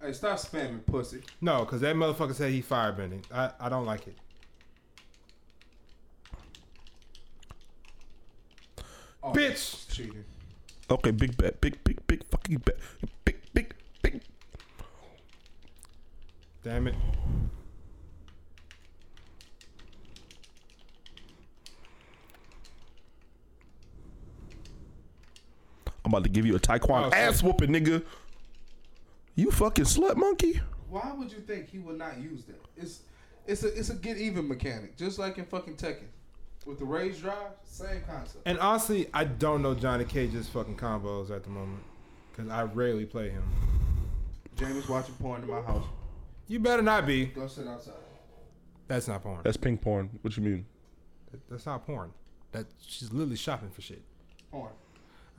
Speaker 3: Hey, stop spamming, pussy.
Speaker 1: No, because that motherfucker said he firebending. I, I don't like it.
Speaker 3: Oh,
Speaker 1: Bitch.
Speaker 3: that's cheating.
Speaker 12: Okay, big bet, big, big, big fucking bet, big, big, big.
Speaker 1: Damn it.
Speaker 12: I'm about to give you a taekwondo
Speaker 1: Oh, shit.
Speaker 12: ass whooping, nigga. You fucking slut monkey.
Speaker 3: Why would you think he would not use that? It's it's a it's a get even mechanic, just like in fucking Tekken, with the raise drive, same concept.
Speaker 1: And honestly, I don't know Johnny Cage's fucking combos at the moment because I rarely play him.
Speaker 3: Jamie's watching porn in my house.
Speaker 1: You better not be.
Speaker 3: Go sit outside.
Speaker 1: That's not porn.
Speaker 2: That's pink porn. What you mean?
Speaker 1: That- That's not porn. That she's literally shopping for shit.
Speaker 3: Porn.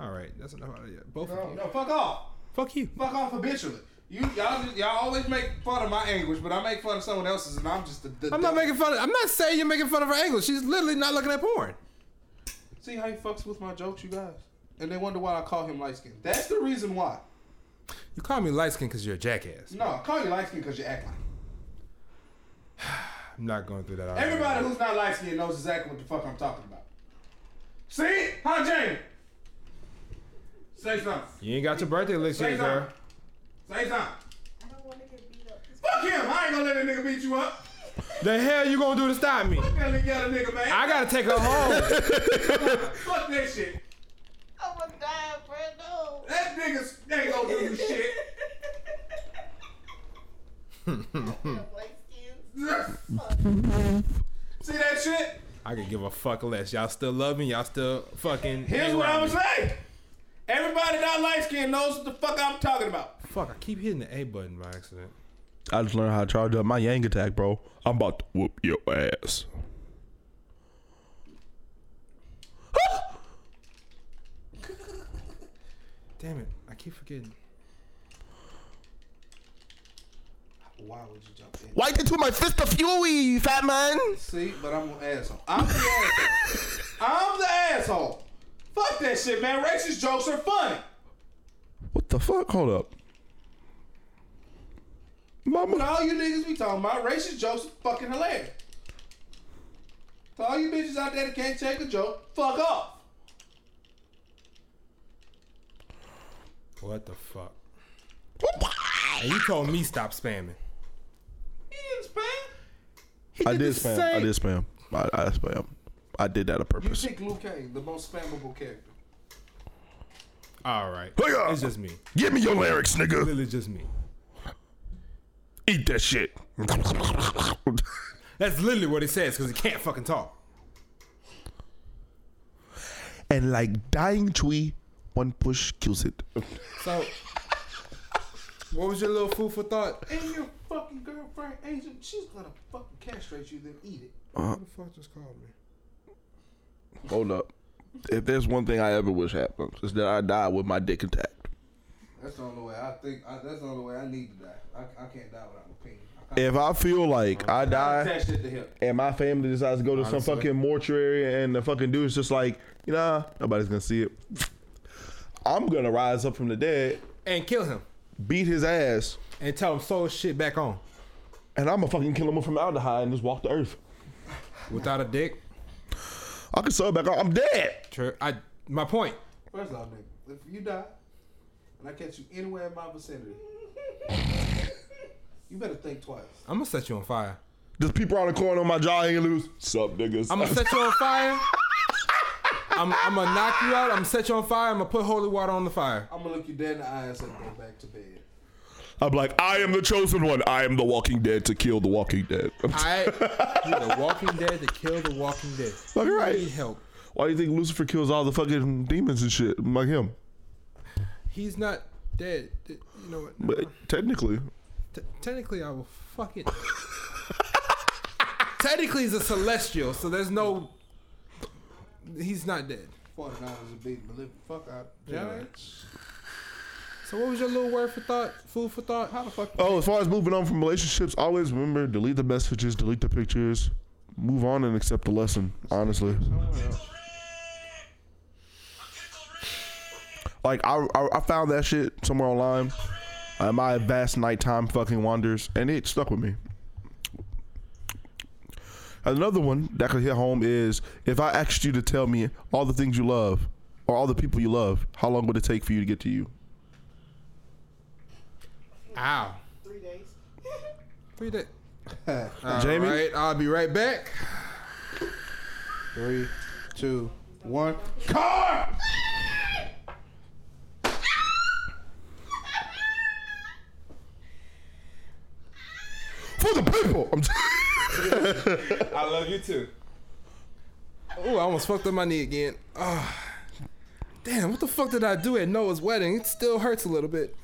Speaker 1: All right, that's enough out of you. Both
Speaker 3: No,
Speaker 1: of you.
Speaker 3: no, fuck off.
Speaker 1: Fuck you.
Speaker 3: Fuck off habitually. You y'all just, y'all always make fun of my anguish, but I make fun of someone else's, and I'm just the. the
Speaker 1: I'm not making fun of. I'm not saying you're making fun of her angle. She's literally not looking at porn.
Speaker 3: See how he fucks with my jokes, you guys, and they wonder why I call him light skinned That's the reason why.
Speaker 1: You call me light skinned because you're a jackass.
Speaker 3: No, I call you light skinned because you act like. it.
Speaker 1: I'm not going through that. argument.
Speaker 3: Everybody who's not light skinned knows exactly what the fuck I'm talking about. See, huh, Jamie? Say something.
Speaker 1: You ain't got your birthday list
Speaker 3: Say
Speaker 1: yet, girl.
Speaker 3: something. Say something.
Speaker 5: I don't want to get beat up. This
Speaker 3: Fuck him. I ain't gonna let that nigga beat you up.
Speaker 1: The hell you gonna do to stop me?
Speaker 3: Fuck that nigga, yellow nigga, man.
Speaker 1: I gotta take her home.
Speaker 3: Fuck that shit.
Speaker 5: I'm gonna die, Brando.
Speaker 3: That nigga's ain't gonna do you shit.
Speaker 5: Light skins.
Speaker 3: See that shit?
Speaker 1: I could give a fuck less. Y'all still love me. Y'all still fucking.
Speaker 3: Here's
Speaker 1: hang
Speaker 3: what
Speaker 1: around
Speaker 3: I'ma
Speaker 1: me.
Speaker 3: say. Everybody not light skinned knows what the fuck I'm talking about.
Speaker 1: Fuck! I keep hitting the A button by accident.
Speaker 12: I just learned how to charge up my yang attack, bro. I'm about to whoop your ass.
Speaker 1: Damn it! I keep forgetting.
Speaker 3: Why would you jump in?
Speaker 12: Why into my fist of fury, fat man?
Speaker 3: See, but I'm an asshole. I'm the asshole. I'm the asshole. Fuck that shit, man. Racist jokes are funny.
Speaker 12: What the fuck? Hold up. Mama.
Speaker 3: But all you niggas be talking about racist jokes are fucking hilarious. To all you bitches out there that can't take a joke, fuck off.
Speaker 1: What the fuck? And you told me stop spamming.
Speaker 3: He didn't spam.
Speaker 1: He
Speaker 12: I
Speaker 1: the
Speaker 12: did spam. I
Speaker 1: same-
Speaker 12: did spam. I, I spam. I did that on
Speaker 3: You
Speaker 12: purpose.
Speaker 3: pick Luke Cage, the most spammable character.
Speaker 1: All right.
Speaker 12: Nigga.
Speaker 1: It's just me.
Speaker 12: Give me your lyrics, nigga.
Speaker 1: Literally just me.
Speaker 12: Eat that shit.
Speaker 1: That's literally what it says because he can't fucking talk.
Speaker 12: and like dying tree, one push kills it.
Speaker 1: So, what was your little food for thought?
Speaker 3: And your fucking girlfriend, Agent, she's gonna fucking castrate you, then eat it.
Speaker 1: Who the fuck just called me?
Speaker 12: Uh, Hold up. If there's one thing I ever wish happens, is that I die with my dick intact.
Speaker 3: That's the only way I think. I, that's the only way I need to die. I, I can't die without my penis. I can't
Speaker 12: If I feel like I die,
Speaker 3: attached it to him.
Speaker 2: and my family decides to go to some
Speaker 1: Honestly.
Speaker 2: fucking mortuary and the fucking dude's just like, you know, nobody's gonna see it. I'm gonna rise up from the dead,
Speaker 1: And kill him.
Speaker 2: beat his ass,
Speaker 1: And tell him sew his shit back on.
Speaker 2: and I'm gonna fucking kill him with formaldehyde and just walk the earth.
Speaker 1: Without a dick.
Speaker 2: I can sew it back on. I'm dead.
Speaker 1: Sure. I. My point.
Speaker 3: First off, nigga, if you die and I catch you anywhere in my vicinity, You better think twice.
Speaker 1: I'm gonna set you on fire.
Speaker 2: There's people around the corner on my jaw hanging loose. Sup, niggas.
Speaker 1: I'm gonna set you on fire. I'm, I'm gonna knock you out. I'm gonna set you on fire. I'm gonna put holy water on the fire.
Speaker 3: I'm gonna look you dead in the eye and say, go back to bed.
Speaker 2: I'm like, I am the chosen one. I am the Walking Dead to kill the Walking Dead.
Speaker 1: I you're the Walking Dead to kill the Walking Dead.
Speaker 2: Fucking
Speaker 1: You
Speaker 2: right.
Speaker 1: Need help.
Speaker 2: Why do you think Lucifer kills all the fucking demons and shit like him?
Speaker 1: He's not dead. You know what?
Speaker 2: But technically,
Speaker 1: T- technically, I will fucking. technically, he's a celestial, so there's no. He's not dead.
Speaker 3: 49ers are beating the living fuck out of the Giants.
Speaker 1: So what was your little word for thought? Food for thought? How the fuck?
Speaker 2: oh, as far as moving on from relationships, always remember delete the messages, delete the pictures, move on and accept the lesson. Honestly, like I, I, I found that shit somewhere online. Uh, my vast nighttime fucking wanders, and it stuck with me. Another one that could hit home is if I asked you to tell me all the things you love or all the people you love, how long would it take for you to get to you?
Speaker 1: Ow.
Speaker 5: Three days.
Speaker 1: Three days.
Speaker 2: Jamie?
Speaker 1: All right, I'll be right back.
Speaker 11: Three, two, one.
Speaker 2: For the people! I'm t-
Speaker 1: I love you too. Oh, I almost fucked up my knee again. Ah. Damn, what the fuck did I do at Noah's wedding? It still hurts a little bit.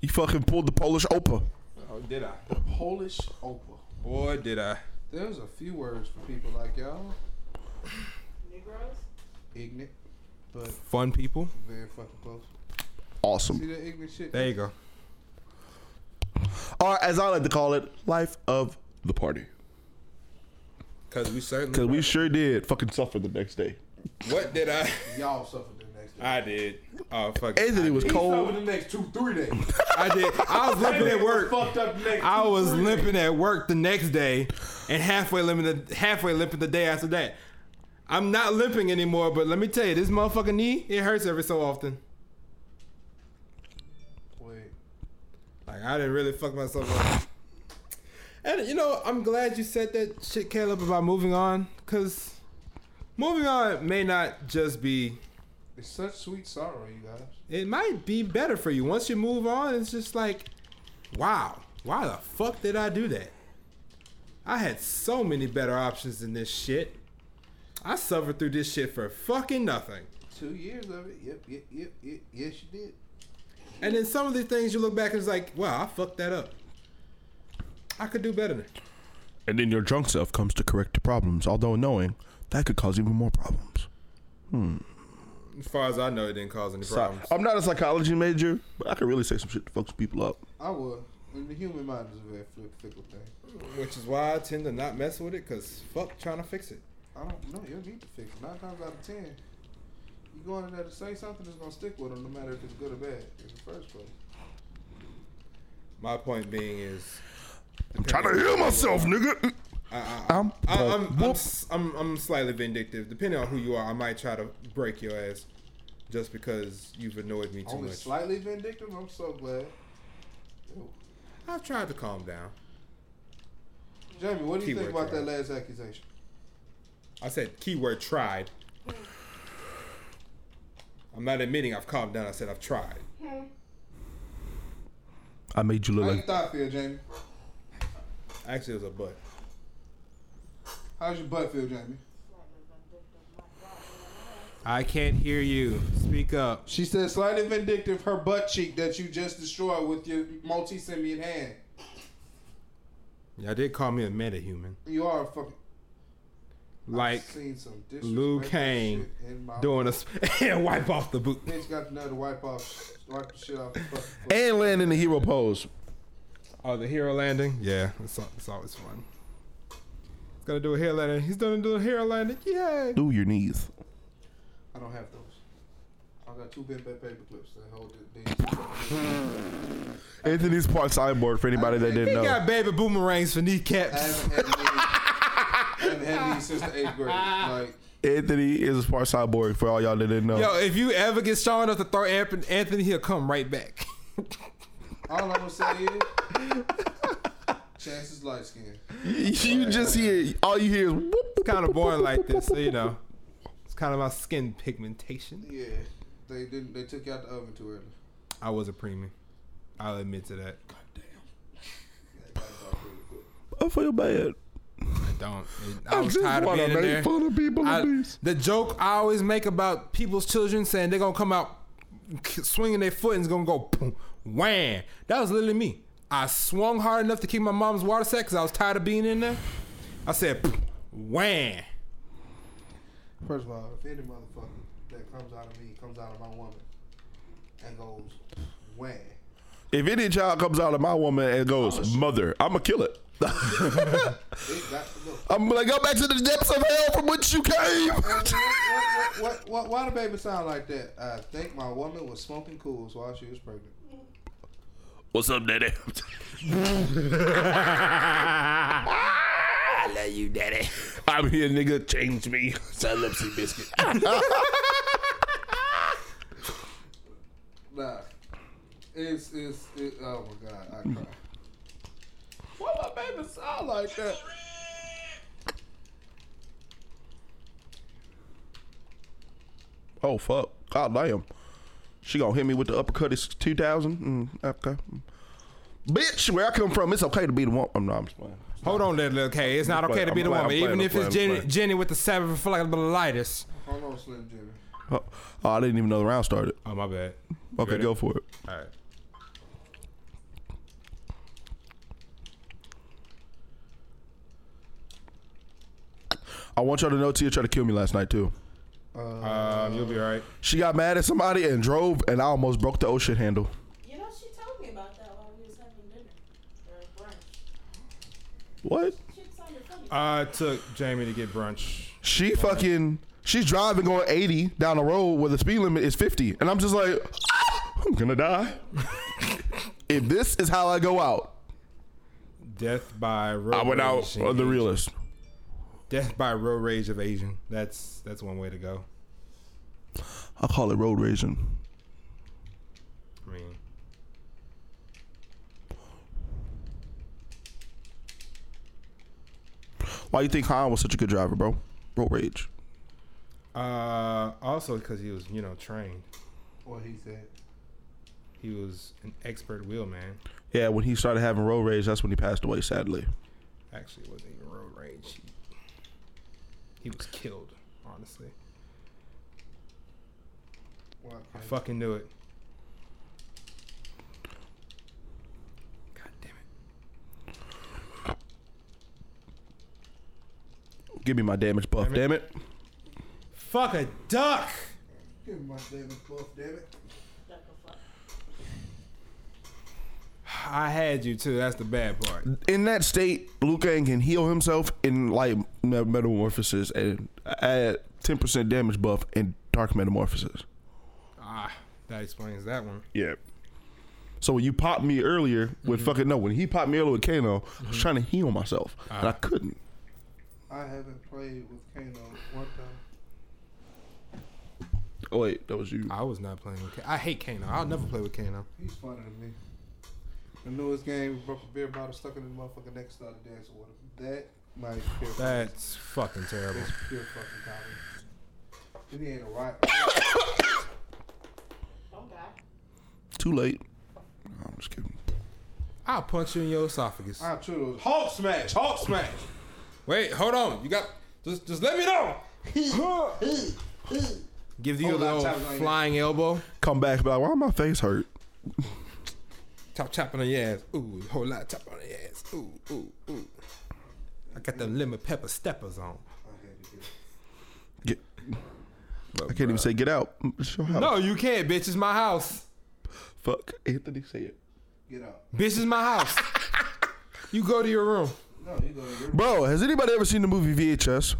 Speaker 2: you fucking pulled the Polish Opa.
Speaker 1: Oh, did I?
Speaker 3: Polish Oprah.
Speaker 1: Boy, did I.
Speaker 3: There's a few words for people like y'all.
Speaker 5: Negroes.
Speaker 3: Ignorant, but
Speaker 1: Fun people.
Speaker 3: very fucking close. See
Speaker 2: Awesome.
Speaker 3: that ignorant shit?
Speaker 1: There you go.
Speaker 2: Or as I like to call it, life of the party.
Speaker 1: Cause we certainly.
Speaker 2: Because we sure did fucking suffer the next day.
Speaker 1: What did I?
Speaker 3: Y'all suffered the next day.
Speaker 1: I did. Oh fuck. it.
Speaker 2: Anthony was
Speaker 3: Over
Speaker 2: cold.
Speaker 3: the next two, three days.
Speaker 1: I did. I was limping at work.
Speaker 3: Fucked up next.
Speaker 1: I was limping at work the next day, and halfway limping, the, halfway limping the day after that. I'm not limping anymore, but let me tell you, this motherfucking knee, it hurts every so often.
Speaker 3: Wait.
Speaker 1: Like I didn't really fuck myself up. And you know, I'm glad you said that shit, Caleb, about moving on, cause moving on may not just be.
Speaker 3: It's such sweet sorrow, you guys.
Speaker 1: It might be better for you once you move on. It's just like, wow, why the fuck did I do that? I had so many better options than this shit. I suffered through this shit for fucking nothing.
Speaker 3: Two years of it. Yep, yep, yep, yep. Yes, you did.
Speaker 1: And then some of these things you look back and it's like, wow, I fucked that up. I could do better. than-
Speaker 2: And then your drunk self comes to correct the problems, although knowing that could cause even more problems.
Speaker 1: As far as I know, it didn't cause any
Speaker 2: So-
Speaker 1: problems.
Speaker 2: I'm not a psychology major, but I could really say some shit to fuck some people up.
Speaker 3: I would. And the human mind is a very flip, fickle thing.
Speaker 1: Which is why I tend to not mess with it, cause fuck trying to fix it.
Speaker 3: I don't know. You'll need to fix it. Nine times out of ten, you go in there to say something that's going to stick with them, no matter if it's good or bad in the first place.
Speaker 1: My point being is,
Speaker 2: I'm trying to heal myself, nigga. Mm.
Speaker 1: I, I,
Speaker 12: Uh-uh.
Speaker 2: I'm,
Speaker 1: I, I'm, I'm,
Speaker 2: Whoop.
Speaker 1: s- I'm, I'm slightly vindictive. Depending on who you are, I might try to break your ass just because you've annoyed me too
Speaker 3: Only
Speaker 1: much.
Speaker 3: slightly vindictive. I'm so glad. Yo,
Speaker 1: I've tried to calm down.
Speaker 3: Jamie, what do you think
Speaker 1: Keyword
Speaker 3: about that last accusation?
Speaker 1: I said keyword tried. I'm not admitting I've calmed down. I said I've tried.
Speaker 2: I made you
Speaker 3: How
Speaker 2: look
Speaker 3: you
Speaker 2: like
Speaker 3: thought feel, Jamie?
Speaker 1: Actually, it was a butt.
Speaker 3: How's your butt feel, Jamie?
Speaker 1: I can't hear you. Speak up.
Speaker 3: She said slightly vindictive, her butt cheek that you just destroyed with your multi-simian hand.
Speaker 1: Y'all did call me a metahuman.
Speaker 3: You are a fucking.
Speaker 1: Like
Speaker 3: seen some
Speaker 1: Liu
Speaker 3: disrespectful
Speaker 1: Kang
Speaker 3: shit in my
Speaker 1: doing a sp- and wipe off the boot.
Speaker 3: Bitch got to know to wipe off, wipe the shit off the fucking foot.
Speaker 2: And land in the hero pose.
Speaker 1: Oh, the hero landing. Yeah, it's, al- it's always fun. He's gonna do a hero landing. He's gonna do a hero landing. Yay!
Speaker 2: Do your knees.
Speaker 3: I don't have those. I got two bent back paper clips that hold it.
Speaker 2: Anthony's part cyborg for anybody that
Speaker 1: He
Speaker 2: didn't know.
Speaker 1: got baby boomerangs for
Speaker 3: I
Speaker 1: kneecaps.
Speaker 3: haven't had these. I haven't had these since the eighth grade. Like
Speaker 2: Anthony is part cyborg for all y'all that didn't know.
Speaker 1: Yo, if you ever get strong enough to throw Anthony, Anthony he'll come right back.
Speaker 3: all I'm gonna say is, Chance is light skinned.
Speaker 12: You just hear all you hear is whoop.
Speaker 1: It's kind of born like this, so you know. It's kind of my skin pigmentation.
Speaker 3: Yeah. They didn't. They took you out the oven too early.
Speaker 1: I was a premium. I'll admit to that.
Speaker 3: They got it off really quick.
Speaker 12: I feel bad.
Speaker 1: I don't. It- I
Speaker 12: I
Speaker 1: was
Speaker 12: just
Speaker 1: tired of
Speaker 12: want
Speaker 1: being
Speaker 12: to
Speaker 1: in
Speaker 12: make
Speaker 1: there.
Speaker 12: fun of people
Speaker 1: I-
Speaker 12: at least.
Speaker 1: the joke I always make about people's children saying they're gonna come out k- swinging their foot and it's gonna go boom, wham. That was literally me. I swung hard enough to keep my mom's water set because I was tired of being in there. I said, "Boom, wham.
Speaker 3: First of all, if any motherfucker that comes out of me comes out of my woman and goes, wham.
Speaker 2: If any child comes out of my woman and goes, mother, I'ma kill it.
Speaker 3: It got, look,
Speaker 2: I'm like, go back to the depths of hell from which you
Speaker 3: what,
Speaker 2: came.
Speaker 3: what, what, what, why the baby sound like that? I think my woman was smoking cools while she was pregnant.
Speaker 2: What's up, daddy? I love you, daddy. I'm here, nigga. Change me. Celibacy biscuit.
Speaker 3: Nah. It's, it's, it, oh my God, I cry. Why my baby sound like that?
Speaker 2: oh fuck. God damn. She gonna hit me with the uppercut. It's two thousand. Mm, okay. Bitch, where I come from, it's okay to be the one. I'm not. I'm just playing.
Speaker 1: Hold on there, little K. It's not
Speaker 2: I'm
Speaker 1: okay to
Speaker 2: playing,
Speaker 1: be the
Speaker 2: I'm
Speaker 1: woman,
Speaker 2: playing,
Speaker 1: even
Speaker 2: I'm
Speaker 1: if it's
Speaker 2: playing, I'm
Speaker 1: Jenny,
Speaker 2: playing.
Speaker 1: Jenny with the seven folliculitis.
Speaker 3: Hold on, Slim Jimmy.
Speaker 2: Oh, oh, I didn't even know the round started.
Speaker 1: Oh my bad.
Speaker 2: Okay,
Speaker 1: Ready?
Speaker 2: go for it.
Speaker 1: All right.
Speaker 2: I want y'all to know Tia tried to kill me last night too. Uh,
Speaker 1: Um, you'll be all right.
Speaker 2: She got mad at somebody and drove, and I almost broke the ocean handle.
Speaker 5: You know, she told me about that while we was having dinner or brunch.
Speaker 2: What?
Speaker 5: Shit's on your phone.
Speaker 1: I took Jamie to get brunch.
Speaker 2: She fucking she's driving going 80 down the road where the speed limit is 50. And I'm just like, I'm gonna die. if this is how I go out,
Speaker 1: Death by road
Speaker 2: I went out
Speaker 1: rage.
Speaker 2: of the realest.
Speaker 1: Death by road rage evasion. That's that's one way to go.
Speaker 2: I call it road raging.
Speaker 1: I mean,
Speaker 2: Why you think Han was such a good driver, bro? Road rage.
Speaker 1: Uh, also because he was, you know, trained.
Speaker 3: What he said.
Speaker 1: He was an expert wheelman.
Speaker 2: Yeah, when he started having road rage, that's when he passed away, sadly.
Speaker 1: Actually, it wasn't even road rage. He, he was killed. Honestly,
Speaker 3: Why
Speaker 1: I
Speaker 3: can't
Speaker 1: fucking knew it. God damn it!
Speaker 2: Give me my damage buff, damn
Speaker 1: Damn
Speaker 2: it.
Speaker 1: Fuck a duck.
Speaker 3: Give me my damn buff, damn it.
Speaker 5: Duck a fuck.
Speaker 1: I had you too. That's the bad part.
Speaker 2: In that state, Liu Kang can heal himself in light me- metamorphosis and add 10% damage buff in dark metamorphosis.
Speaker 1: Ah, that explains that one.
Speaker 2: Yeah. So when you popped me earlier with fucking no, when he popped me earlier with Kano, I was trying to heal myself and I couldn't.
Speaker 3: I haven't played with Kano one time.
Speaker 2: Oh wait, that was you.
Speaker 1: I was not playing with. Kano. I hate Kano. I'll never play with Kano.
Speaker 3: He's funny to me. The newest game, broke a beer bottle stuck in his motherfucking neck, started dancing with him. That might pure
Speaker 1: That's fucking terrible.
Speaker 3: that's pure fucking comedy. And he ain't a right.
Speaker 5: Don't die.
Speaker 2: Too late. No, I'm just kidding.
Speaker 1: I'll punch you in your esophagus.
Speaker 3: I'm true those Hulk smash, Hulk smash.
Speaker 1: Wait, hold on. You got just just let me know. Give you a
Speaker 3: Hold on,
Speaker 1: little
Speaker 3: tap it on your-
Speaker 1: flying elbow.
Speaker 2: Come back, but like, why my face hurt?
Speaker 1: Top chopping on your ass. Ooh, whole lot of chop on your ass. Ooh, ooh, ooh. I got them lemon pepper steppers on.
Speaker 2: Get, I can't even say get out. Mm, It's
Speaker 3: Oh.
Speaker 2: your house.
Speaker 1: No, you can't, bitch. It's my house.
Speaker 2: Fuck. Anthony, say it.
Speaker 3: Get out.
Speaker 1: Bitch, it's my house. you go to your room.
Speaker 3: No, you go to your
Speaker 2: Bro, has anybody ever seen the movie VHS?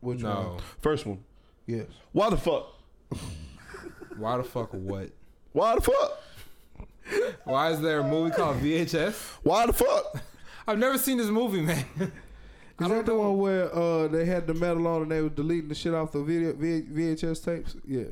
Speaker 3: Which
Speaker 1: No.
Speaker 2: First one.
Speaker 3: Yes.
Speaker 2: Why the fuck?
Speaker 1: Why the fuck what?
Speaker 2: Why the fuck?
Speaker 1: Why is there a movie called VHS?
Speaker 2: Why the fuck?
Speaker 1: I've never seen this movie, man.
Speaker 11: Is that the one where uh, they had the metal on and they were deleting the shit off the video v- VHS tapes? Yeah.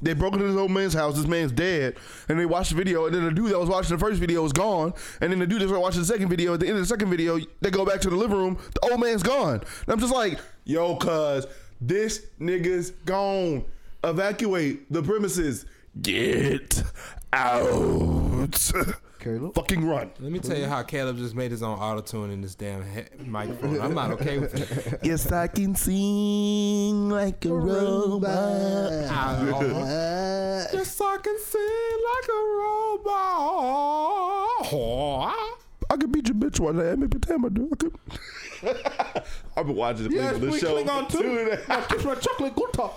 Speaker 2: They broke into this old man's house. This man's dead, and they watched the video. And then the dude that was watching the first video is gone. And then the dude that's watching the second video. At the end of the second video, they go back to the living room. The old man's gone. And I'm just like, yo, cuz this nigga's gone. Evacuate the premises. Get out.
Speaker 3: Caleb?
Speaker 2: Fucking run.
Speaker 1: Let me tell you how Caleb just made his own auto tune in this damn he- microphone. I'm not okay with it.
Speaker 2: Yes, I can sing like a robot.
Speaker 1: Yes, I can sing like a robot.
Speaker 2: I could beat your bitch one day. I mean, pretend I do. I could. I've been watching the
Speaker 11: Yes,
Speaker 2: Cleveland
Speaker 11: we
Speaker 2: show.
Speaker 11: Klingon too.
Speaker 2: Dude, that-
Speaker 11: Now kiss my chocolate gutter.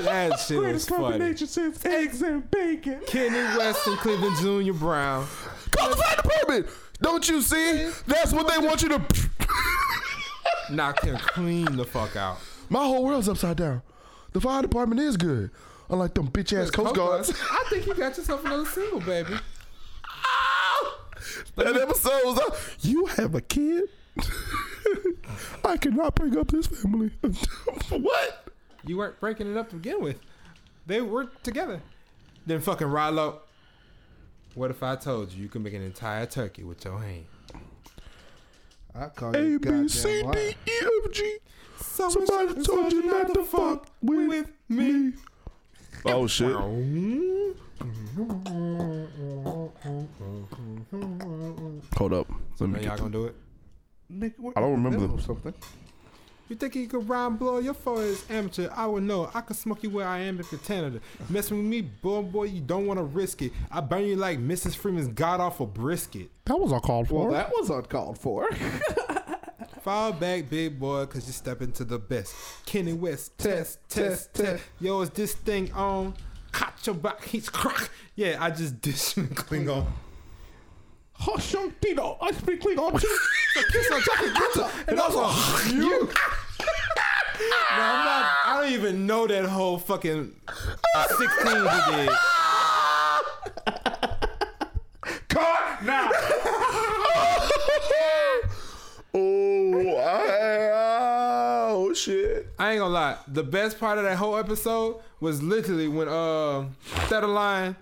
Speaker 1: That shit was
Speaker 11: Greatest
Speaker 1: funny.
Speaker 11: combination since eggs and bacon.
Speaker 1: Kenny West and Cleveland Jr. Brown.
Speaker 2: Call the fire department. Don't you see? That's what they want you to.
Speaker 1: Knocked him clean the fuck out.
Speaker 2: My whole world's upside down. The fire department is good. Unlike them bitch ass Coast Guards.
Speaker 1: I think you got yourself another single, baby.
Speaker 2: that episode was up. You have a kid? I cannot bring up this family. what?
Speaker 1: You weren't breaking it up to begin with. They were together. Then fucking Rilo. What if I told you you could make an entire turkey with your hand?
Speaker 3: I call
Speaker 2: A
Speaker 3: you
Speaker 2: B
Speaker 3: goddamn
Speaker 2: C D
Speaker 3: lying.
Speaker 2: E F G.
Speaker 1: So
Speaker 2: Somebody told you not to fuck with me. Oh shit. Hold up. Let me
Speaker 1: Now y'all
Speaker 2: get
Speaker 1: gonna do it?
Speaker 3: Nick, we're
Speaker 2: I don't
Speaker 3: in the
Speaker 2: remember
Speaker 3: middle
Speaker 2: them.
Speaker 3: of something.
Speaker 1: You think you could rhyme, blow your forehead's amateur? I would know. I could smoke you where I am in Canada. Messing with me, boy, boy, you don't want to risk it. I burn you like Mrs. Freeman's god awful brisket.
Speaker 2: That was uncalled for.
Speaker 3: Well, that was uncalled for.
Speaker 1: Fall back, big boy, cause you step into the best. Kenny West, test, test, test. Yo, is this thing on? Caught your back, he's crack. Yeah, I just dish and Klingon.
Speaker 11: Hush, young Tito. I speak Klingon too.
Speaker 1: Kiss on chocolate gutter, and I was like, you. no, I'm not. I don't even know that whole fucking 16 you did.
Speaker 2: Oh, I- oh shit.
Speaker 1: I ain't gonna lie. The best part of that whole episode was literally when uh Thetaline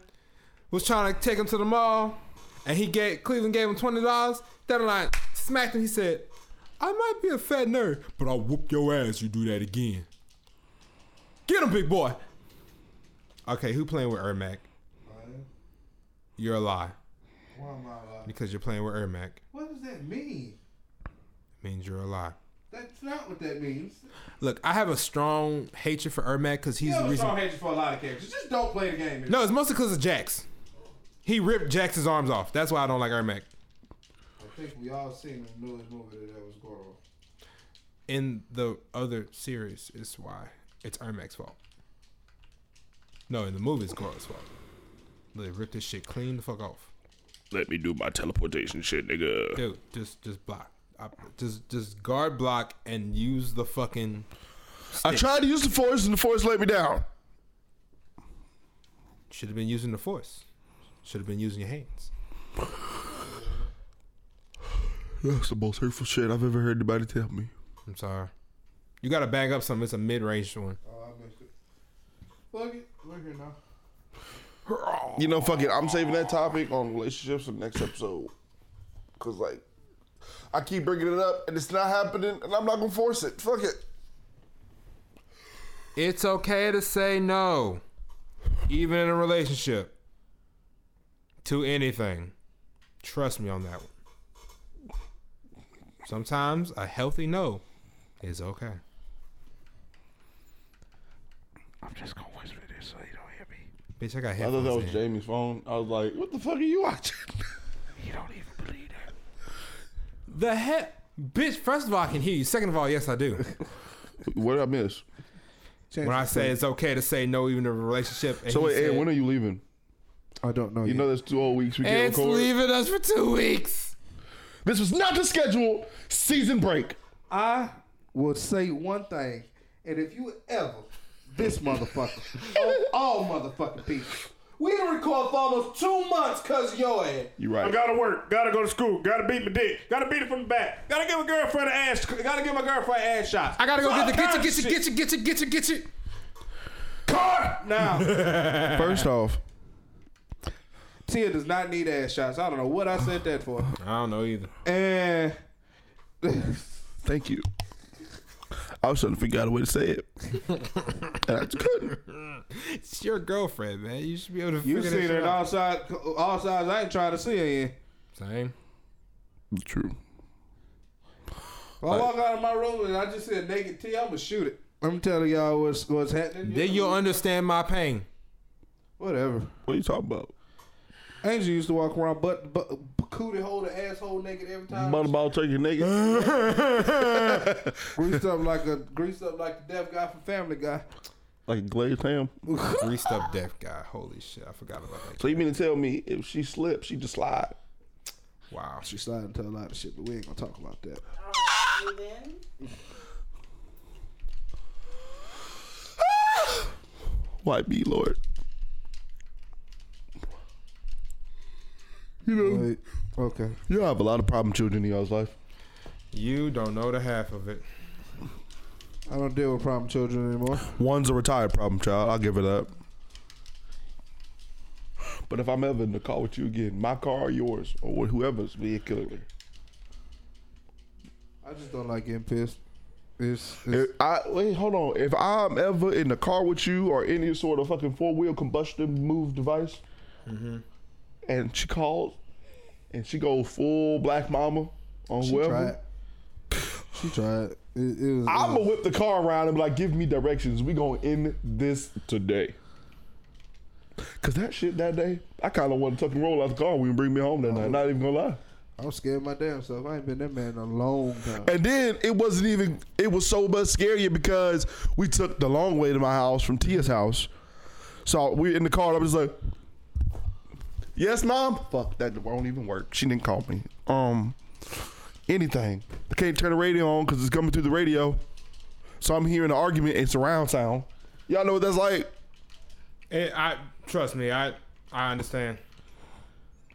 Speaker 1: was trying to take him to the mall, and he gave Cleveland gave him twenty dollars. Thetaline smacked him. He said, "I might be a fat nerd, but I'll whoop your ass. You do that again. Get him, big boy." Okay, who playing with Ermac? You're a lie
Speaker 3: Why am I lying?
Speaker 1: because you're playing with Ermac.
Speaker 3: What does that mean?
Speaker 1: Means you're a lie.
Speaker 3: That's not what that means.
Speaker 1: Look, I have a strong hatred for Ermac because he's
Speaker 3: You
Speaker 1: the
Speaker 3: have a
Speaker 1: reason.
Speaker 3: strong hatred for a lot of characters. Just don't play the game.
Speaker 1: No, it's mostly because of Jax. He ripped Jax's arms off. That's why I don't like Ermac.
Speaker 3: I think we all seen the newest movie that that was going on.
Speaker 1: In the other series, is why it's Ermac's fault. No, in the movie, it's Gora's fault. They ripped this shit clean the fuck off,
Speaker 2: Let me do my teleportation shit, nigga.
Speaker 1: dude. Just, just block. I, just, just guard block and use the fucking.
Speaker 2: I tried to use the force and the force let me down.
Speaker 1: Should have been using the force. Should have been using your hands.
Speaker 2: That's the most hurtful shit I've ever heard anybody tell me.
Speaker 1: I'm sorry. You gotta back up something. It's a mid range one.
Speaker 3: Oh, I missed it. Fuck it. We're here now.
Speaker 2: You know, fuck it. I'm saving that topic on relationships for the next episode. Cause like, I keep bringing it up and it's not happening, and I'm not gonna force it. Fuck it.
Speaker 1: It's okay to say no, even in a relationship, to anything. Trust me on that one. Sometimes a healthy no is okay.
Speaker 2: I'm just gonna whisper this so you don't hear me.
Speaker 1: Bitch, I got
Speaker 2: I thought
Speaker 1: headphones
Speaker 2: that was
Speaker 1: in.
Speaker 2: Jamie's phone. I was like, what the fuck are you watching?
Speaker 13: You don't even believe that.
Speaker 1: The heck, bitch. First of all, I can hear you. Second of all, yes, I do.
Speaker 2: What did I miss?
Speaker 3: Change
Speaker 1: when I
Speaker 3: the
Speaker 1: say it's okay to say no, even in a relationship. And
Speaker 2: So
Speaker 1: he
Speaker 2: wait, Ed,
Speaker 1: said,
Speaker 2: when are you leaving?
Speaker 3: subject. I don't know.
Speaker 2: You know that's two whole weeks we can't
Speaker 1: Ed's
Speaker 2: record.
Speaker 1: leaving us for two weeks.
Speaker 2: This was not the scheduled season break.
Speaker 3: I will say one thing, and if you ever, this motherfucker, of all oh, motherfucking people, We didn't record for almost two months because your ass.
Speaker 2: You
Speaker 14: I
Speaker 2: right.
Speaker 14: gotta work, gotta go to school, gotta beat my dick, gotta beat it from the back, gotta give my girlfriend an ass, gotta give my girlfriend ass shots.
Speaker 1: I gotta go get the get you,
Speaker 14: Fuck
Speaker 1: get you,
Speaker 14: shit.
Speaker 1: get you, get you, get you, get you.
Speaker 14: car now.
Speaker 2: First off,
Speaker 3: Tia does not need ass shots. I don't know what I said that for.
Speaker 1: I don't know either.
Speaker 3: And
Speaker 2: thank you. I was trying to figure out a way to say it, and I just couldn't.
Speaker 1: It's your girlfriend, man. You should be able to figure
Speaker 3: you
Speaker 1: that
Speaker 3: seen her
Speaker 1: shit
Speaker 3: in
Speaker 1: out.
Speaker 3: all sides, all sides. I ain't trying to see her in.
Speaker 1: Same.
Speaker 2: True.
Speaker 3: If I walk out of my room and I just see a naked T, I'm gonna shoot it. I'm telling y'all what's what's happening.
Speaker 1: Then you'll understand my pain.
Speaker 3: Whatever.
Speaker 2: What are you talking about?
Speaker 3: Angel used to walk around butt, butt cootie hole to asshole naked every time.
Speaker 2: Motherball turkey nigga.
Speaker 3: greased up like a greased up like the deaf guy from Family Guy.
Speaker 2: like a glazed ham.
Speaker 1: Greased up deaf guy. Holy shit. I forgot about that.
Speaker 2: So you mean to tell me if she slips, she just slide?
Speaker 1: Wow.
Speaker 3: She slid into a lot of shit, but we ain't gonna talk about that.
Speaker 5: Alright, then.
Speaker 2: Why be Lord? You know,
Speaker 3: Okay.
Speaker 2: y'all have a lot of problem children in y'all's life.
Speaker 1: You don't know the half of it.
Speaker 3: I don't deal with problem children anymore.
Speaker 2: One's a retired problem child. I'll give it up. But if I'm ever in the car with you again, my car or yours or whoever's vehicular,
Speaker 3: I just don't like getting pissed. It's,
Speaker 2: if
Speaker 3: it's
Speaker 2: I wait, hold on. If I'm ever in the car with you or any sort of fucking four wheel combustion move device,
Speaker 3: Mm-hmm.
Speaker 2: and she calls, and she goes full black mama on
Speaker 3: she
Speaker 2: whoever,
Speaker 3: tried. She tried. It, it was.
Speaker 2: I'm gonna whip the car around and be like, give me directions. We gonna end this today. Cause that shit that day, I kinda wanna tuck and roll out the car when you bring me home that night. Not even gonna lie.
Speaker 3: I'm scared of my damn self. I ain't been that man in a long time.
Speaker 2: And then it wasn't even it was so much scarier because we took the long way to my house from Tia's house. So we in the car, and I'm just like Yes, mom. Fuck, that won't even work. She didn't call me. Um anything. I can't turn the radio on because it's coming through the radio. So I'm hearing an argument and surround sound. Y'all know what that's like?
Speaker 1: It, I trust me. I I understand.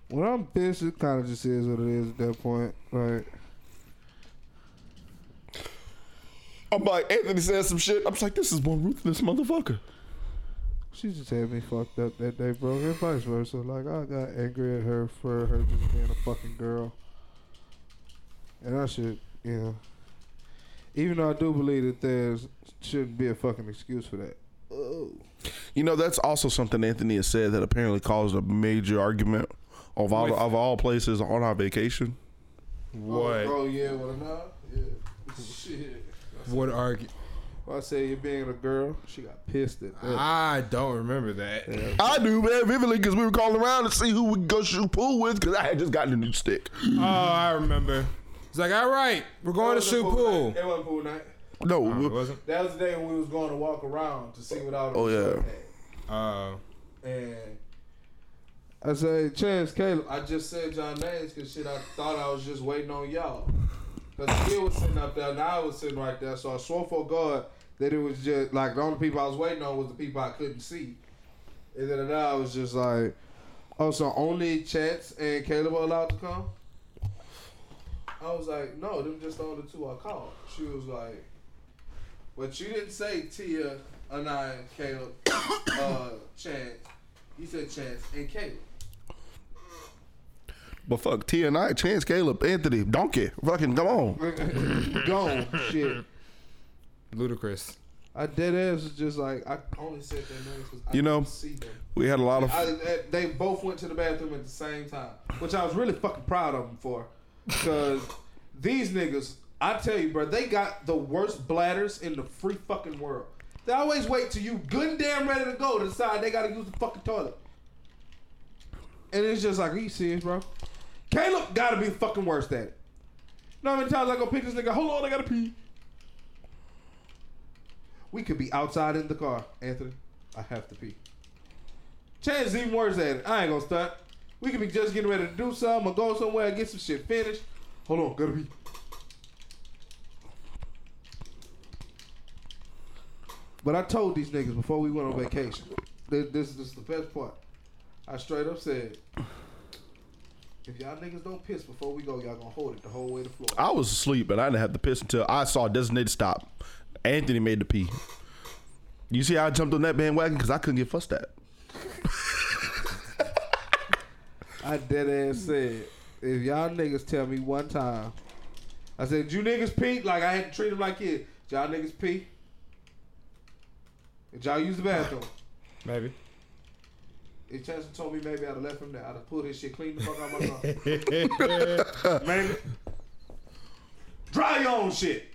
Speaker 3: When I'm pissed, it kind of just is what it is at that point. Like,
Speaker 2: I'm like, Anthony said some shit. I'm just like, this is one ruthless motherfucker.
Speaker 3: she just had me fucked up that day, bro, and vice versa. Like, I got angry at her for her just being a fucking girl. And I should, you know. Even though I do believe that there's shouldn't be a fucking excuse for that. Oh.
Speaker 2: You know, that's also something Anthony has said that apparently caused a major argument of all
Speaker 1: With-
Speaker 2: of all places on our vacation.
Speaker 1: What?
Speaker 3: Oh, yeah, well, no. Yeah. Shit.
Speaker 1: What argue?
Speaker 3: Well, I said you're being a girl. She got pissed at that.
Speaker 1: I don't remember that.
Speaker 2: I do, man, vividly, because we were calling around to see who we could go shoot pool with, because I had just gotten a new stick.
Speaker 1: Oh, I remember. It's like, all right, we're going to shoot pool.
Speaker 3: That wasn't pool night.
Speaker 2: No,
Speaker 1: Oh,
Speaker 2: we-
Speaker 1: it wasn't.
Speaker 3: That was the day when we was going to walk around to see what all the
Speaker 2: Oh, yeah.
Speaker 3: stuff
Speaker 1: Uh,
Speaker 3: had. And I said, Chance, Caleb. I just said y'all names because shit, I thought I was just waiting on y'all. Because Gil was sitting up there and I was sitting right there. So I swore for God that it was just like the only people I was waiting on was the people I couldn't see. And then I was just like, oh, so only Chance and Caleb were allowed to come? I was like, no, them just the only two I called. She was like, but you didn't say Tia, Anaya, Caleb, uh, Chance. You said Chance and Caleb.
Speaker 2: but fuck, T and I, Chance, Caleb, Anthony, Donkey, fucking come on.
Speaker 3: Gone. Shit.
Speaker 1: ludicrous.
Speaker 3: I dead ass was just like I only said their names because I
Speaker 2: You know,
Speaker 3: couldn't see them.
Speaker 2: We had a lot of.
Speaker 3: I, I- they both went to the bathroom at the same time, which I was really fucking proud of them for, because these niggas, I tell you, bro, they got the worst bladders in the free fucking world. They always wait till you good and damn ready to go to decide they gotta use the fucking toilet, and it's just like, are you serious, bro? Caleb gotta be the fucking worst at it. You know how many times I go pick this nigga? Hold on, I gotta pee. We could be outside in the car, Anthony. I have to pee. Chance is even worse at it. I ain't gonna stunt. We could be just getting ready to do something or go somewhere and get some shit finished. Hold on, gotta be. But I told these niggas before we went on vacation. This, this, this is the best part. I straight up said, if y'all niggas don't piss before we go, y'all gonna hold it the whole way to floor.
Speaker 2: I was asleep and I didn't have to piss until I saw designated stop. Anthony made the pee. You see how I jumped on that bandwagon because I couldn't get fussed at.
Speaker 3: I dead ass said, if y'all niggas tell me one time, I said, you niggas pee? Like, I had to treat them like kids. Did y'all niggas pee? Did y'all use the bathroom?
Speaker 1: Maybe.
Speaker 3: If Chester told me maybe I'd have left him there, I'd have pulled his shit clean the fuck out my car.
Speaker 14: Maybe.
Speaker 3: Dry your own shit.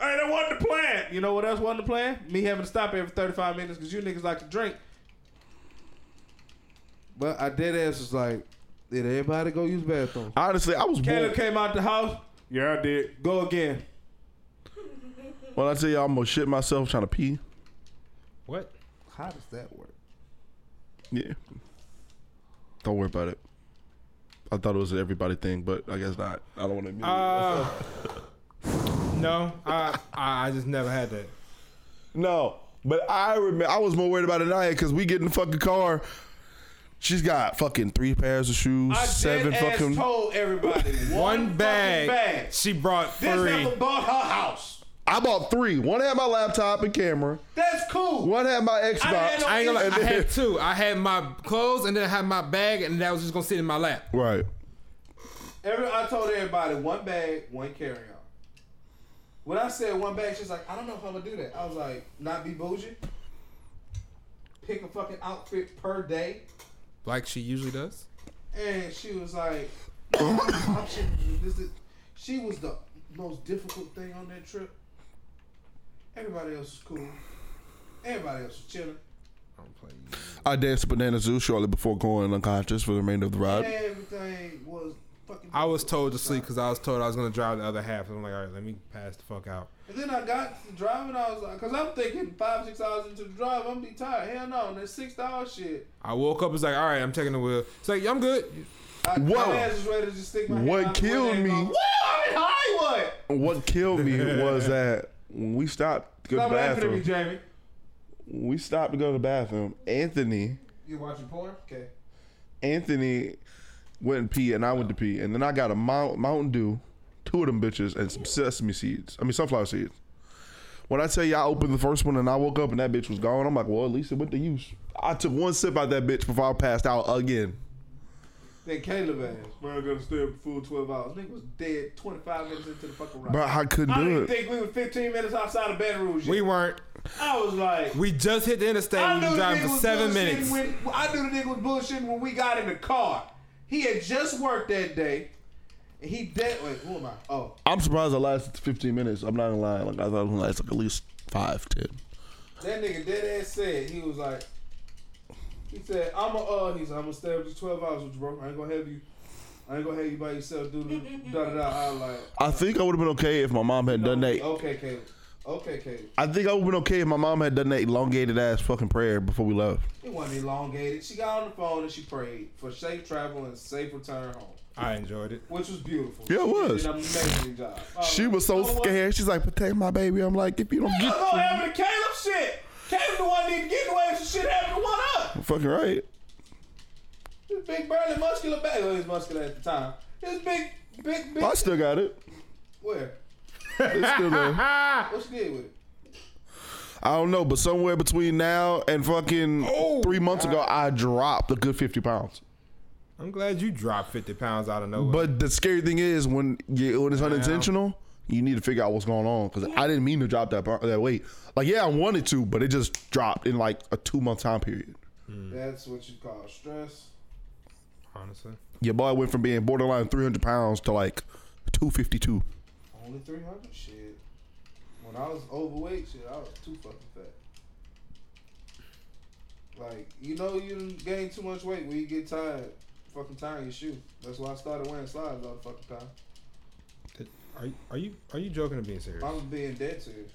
Speaker 14: Hey, that wasn't the plan.
Speaker 3: You know what else wasn't the plan? Me having to stop every 35 minutes because you niggas like to drink. But I dead ass was like, did everybody go use bathroom?
Speaker 2: Honestly, I was
Speaker 3: Caleb
Speaker 2: bored.
Speaker 3: came out the house,
Speaker 14: Yeah, I did.
Speaker 3: go again.
Speaker 2: When I tell you I'm gonna shit myself trying to pee.
Speaker 1: What?
Speaker 3: How does that work?
Speaker 2: Yeah. Don't worry about it. I thought it was an everybody thing, but I guess not. I don't want to admit
Speaker 1: Uh, no, I, I I just never had that.
Speaker 2: it. No, but I remember I was more worried about Anaya because we get in the fucking car. She's got fucking three pairs of shoes,
Speaker 3: I
Speaker 2: seven
Speaker 3: dead ass
Speaker 2: fucking.
Speaker 3: told everybody one,
Speaker 1: One
Speaker 3: fucking
Speaker 1: bag,
Speaker 3: bag.
Speaker 1: She brought
Speaker 3: This
Speaker 1: three.
Speaker 3: nigga bought her house.
Speaker 2: I bought three. One had my laptop and camera.
Speaker 3: That's cool.
Speaker 2: One had my Xbox.
Speaker 3: had no
Speaker 1: I ain't gonna lie,
Speaker 2: and
Speaker 1: I
Speaker 2: then-
Speaker 1: had two. I had my clothes and then I had my bag and that was just gonna sit in my lap.
Speaker 2: right.
Speaker 3: Every, I told everybody one bag, one carry on. When I said one bag, she's like, I don't know if I'm gonna do that. I was like, not be bougie. Pick a fucking outfit per day.
Speaker 1: Like she usually does.
Speaker 3: And she was like, "No, I'm option- this is, she was the most difficult thing on that trip. Everybody else was cool. Everybody else was chilling.
Speaker 2: I danced to Banana Zoo shortly before going unconscious for the remainder of the ride.
Speaker 3: Everything was fucking.
Speaker 1: I was told to sleep because I was told I was gonna drive the other half. I'm like, all right, let me pass the fuck out.
Speaker 3: And then I got to driving. I was like, because I'm thinking five, six hours into the drive, I'm gonna be tired. Hell no, and that six hour shit.
Speaker 1: I woke up. It's like, all right, I'm taking the wheel. It's like, I'm good.
Speaker 3: I,
Speaker 2: Whoa.
Speaker 3: My ass is ready to just stick my
Speaker 2: What
Speaker 3: head out the
Speaker 2: killed
Speaker 3: window
Speaker 2: me-
Speaker 3: and Go, Whoa, I'm in Hollywood.
Speaker 2: What killed me was that when we stopped to go
Speaker 3: Stop
Speaker 2: to the
Speaker 3: laughing at me,
Speaker 2: bathroom,
Speaker 3: Jamie.
Speaker 2: when we stopped to go to the bathroom. Anthony,
Speaker 3: You watching porn? Okay.
Speaker 2: Anthony went and pee, and I went to pee, and then I got a Mount, Mountain Dew, two of them bitches, and some sesame seeds. I mean sunflower seeds. When I tell you I opened the first one and I woke up and that bitch was gone, I'm like, well, at least it went to use. I took one sip out that bitch before I passed out again.
Speaker 3: Then Caleb asked, "Man, I gotta stay up for full twelve hours." Nigga was dead twenty five minutes into the fucking ride.
Speaker 2: But I couldn't
Speaker 3: I
Speaker 2: do
Speaker 3: didn't
Speaker 2: it.
Speaker 3: think we were fifteen minutes outside of Baton Rouge. yet.
Speaker 1: We weren't.
Speaker 3: I was like,
Speaker 1: We just hit the interstate.
Speaker 3: I
Speaker 1: and
Speaker 3: knew
Speaker 1: We
Speaker 3: the
Speaker 1: driving
Speaker 3: nigga
Speaker 1: for
Speaker 3: was
Speaker 1: seven
Speaker 3: bullshitting
Speaker 1: minutes.
Speaker 3: When, I knew the nigga was bullshitting when we got in the car. He had just worked that day. And he dead. Wait, who am I? Oh,
Speaker 2: I'm surprised I lasted 15 minutes. I'm not gonna lie. Like I thought it was gonna last like at least five, ten.
Speaker 3: that nigga dead ass said he was like, he said, "I'm a uh," he's, "I'm gonna stay up to twelve hours with you, bro. I ain't gonna have you. I ain't gonna have you by yourself, dude." Da da da. I was like,
Speaker 2: I think I would have been okay if my mom had done that.
Speaker 3: "Okay, Caleb. Okay, Caleb."
Speaker 2: I think I would have been okay if my mom had done that elongated ass fucking prayer before we left.
Speaker 3: It wasn't elongated. She got on the phone and she prayed for safe travel and safe return home,
Speaker 1: I enjoyed it.
Speaker 3: which was beautiful.
Speaker 2: Yeah, it
Speaker 3: She did
Speaker 2: was.
Speaker 3: an amazing job. I
Speaker 2: She
Speaker 3: like,
Speaker 2: was so
Speaker 3: you know what?
Speaker 2: scared. She's like, "Protect my baby." I'm like, "If you don't
Speaker 3: What's
Speaker 2: get
Speaker 3: gonna happen to Caleb shit? Caleb the one need to get away if some shit happened to one up.
Speaker 2: fucking right,"
Speaker 3: This big burly muscular back. Well, he was muscular at the time. This big, big, big.
Speaker 2: I still got it.
Speaker 3: Where?
Speaker 2: It's still there.
Speaker 3: What she did with it?
Speaker 2: I don't know, but somewhere between now and fucking three months ago, I dropped a good 50 pounds.
Speaker 1: I'm glad you dropped 50 pounds out of nowhere.
Speaker 2: But the scary thing is when you, when it's unintentional, you need to figure out what's going on because I didn't mean to drop that bar- that weight. Like, yeah, I wanted to, but it just dropped in like a two month time period.
Speaker 3: That's what you call stress.
Speaker 1: honestly,
Speaker 2: Your boy went from being borderline 300 pounds to like 252.
Speaker 3: Only three hundred shit. When I was overweight, shit, I was too fucking fat. Like you know, you done gain too much weight when you get tired. Fucking tying your shoe. That's why I started wearing slides all the fucking time.
Speaker 1: are you are you are you joking or being serious?
Speaker 3: I was being dead serious.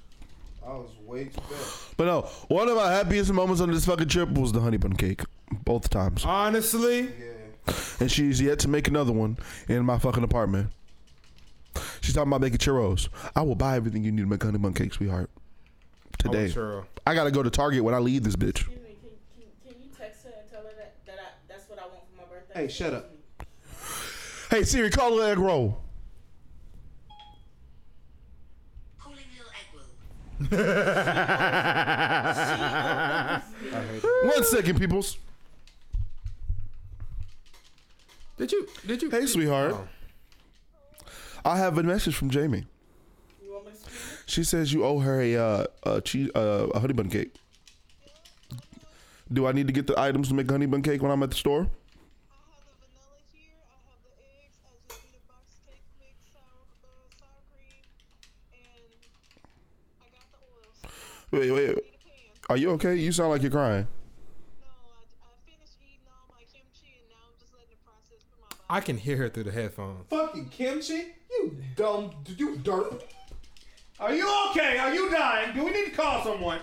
Speaker 3: I was way too fat.
Speaker 2: But no, one of my happiest moments on this fucking trip was the honey bun cake. Both times.
Speaker 1: Honestly,
Speaker 3: Yeah.
Speaker 2: And she's yet to make another one in my fucking apartment. She's talking about making churros. I will buy everything you need to make honey bun cake, sweetheart.
Speaker 1: I want
Speaker 2: Today.
Speaker 1: churro.
Speaker 2: I gotta go to Target when I leave this bitch.
Speaker 5: Excuse me, can, can, can you text her and tell her that, that
Speaker 3: Hey, shut up.
Speaker 2: Hey Siri, call an egg roll.
Speaker 15: Calling Lil Egwell.
Speaker 2: One second, peoples.
Speaker 1: Did you? Did you?
Speaker 2: Hey, sweetheart. I have a message from Jamie.
Speaker 5: You want me to speak?
Speaker 2: She says you owe her a uh, a, cheese, uh, a honey bun cake. Do I need to get the items to make a honey bun cake when I'm at the store?
Speaker 16: I have the vanilla here. I have the eggs. I just need a box cake mix, sour, uh, sour cream, and I got the
Speaker 2: Wait,
Speaker 16: oils.
Speaker 2: wait.
Speaker 16: Need a pan.
Speaker 2: Are you okay? You sound like you're crying.
Speaker 16: No, I, I finished eating all my kimchi, and now I'm just letting it process through my body.
Speaker 1: I can hear her through the headphones.
Speaker 3: Fucking kimchi? You dumb, you derp.
Speaker 14: Are you okay? Are you dying? Do we need to call someone?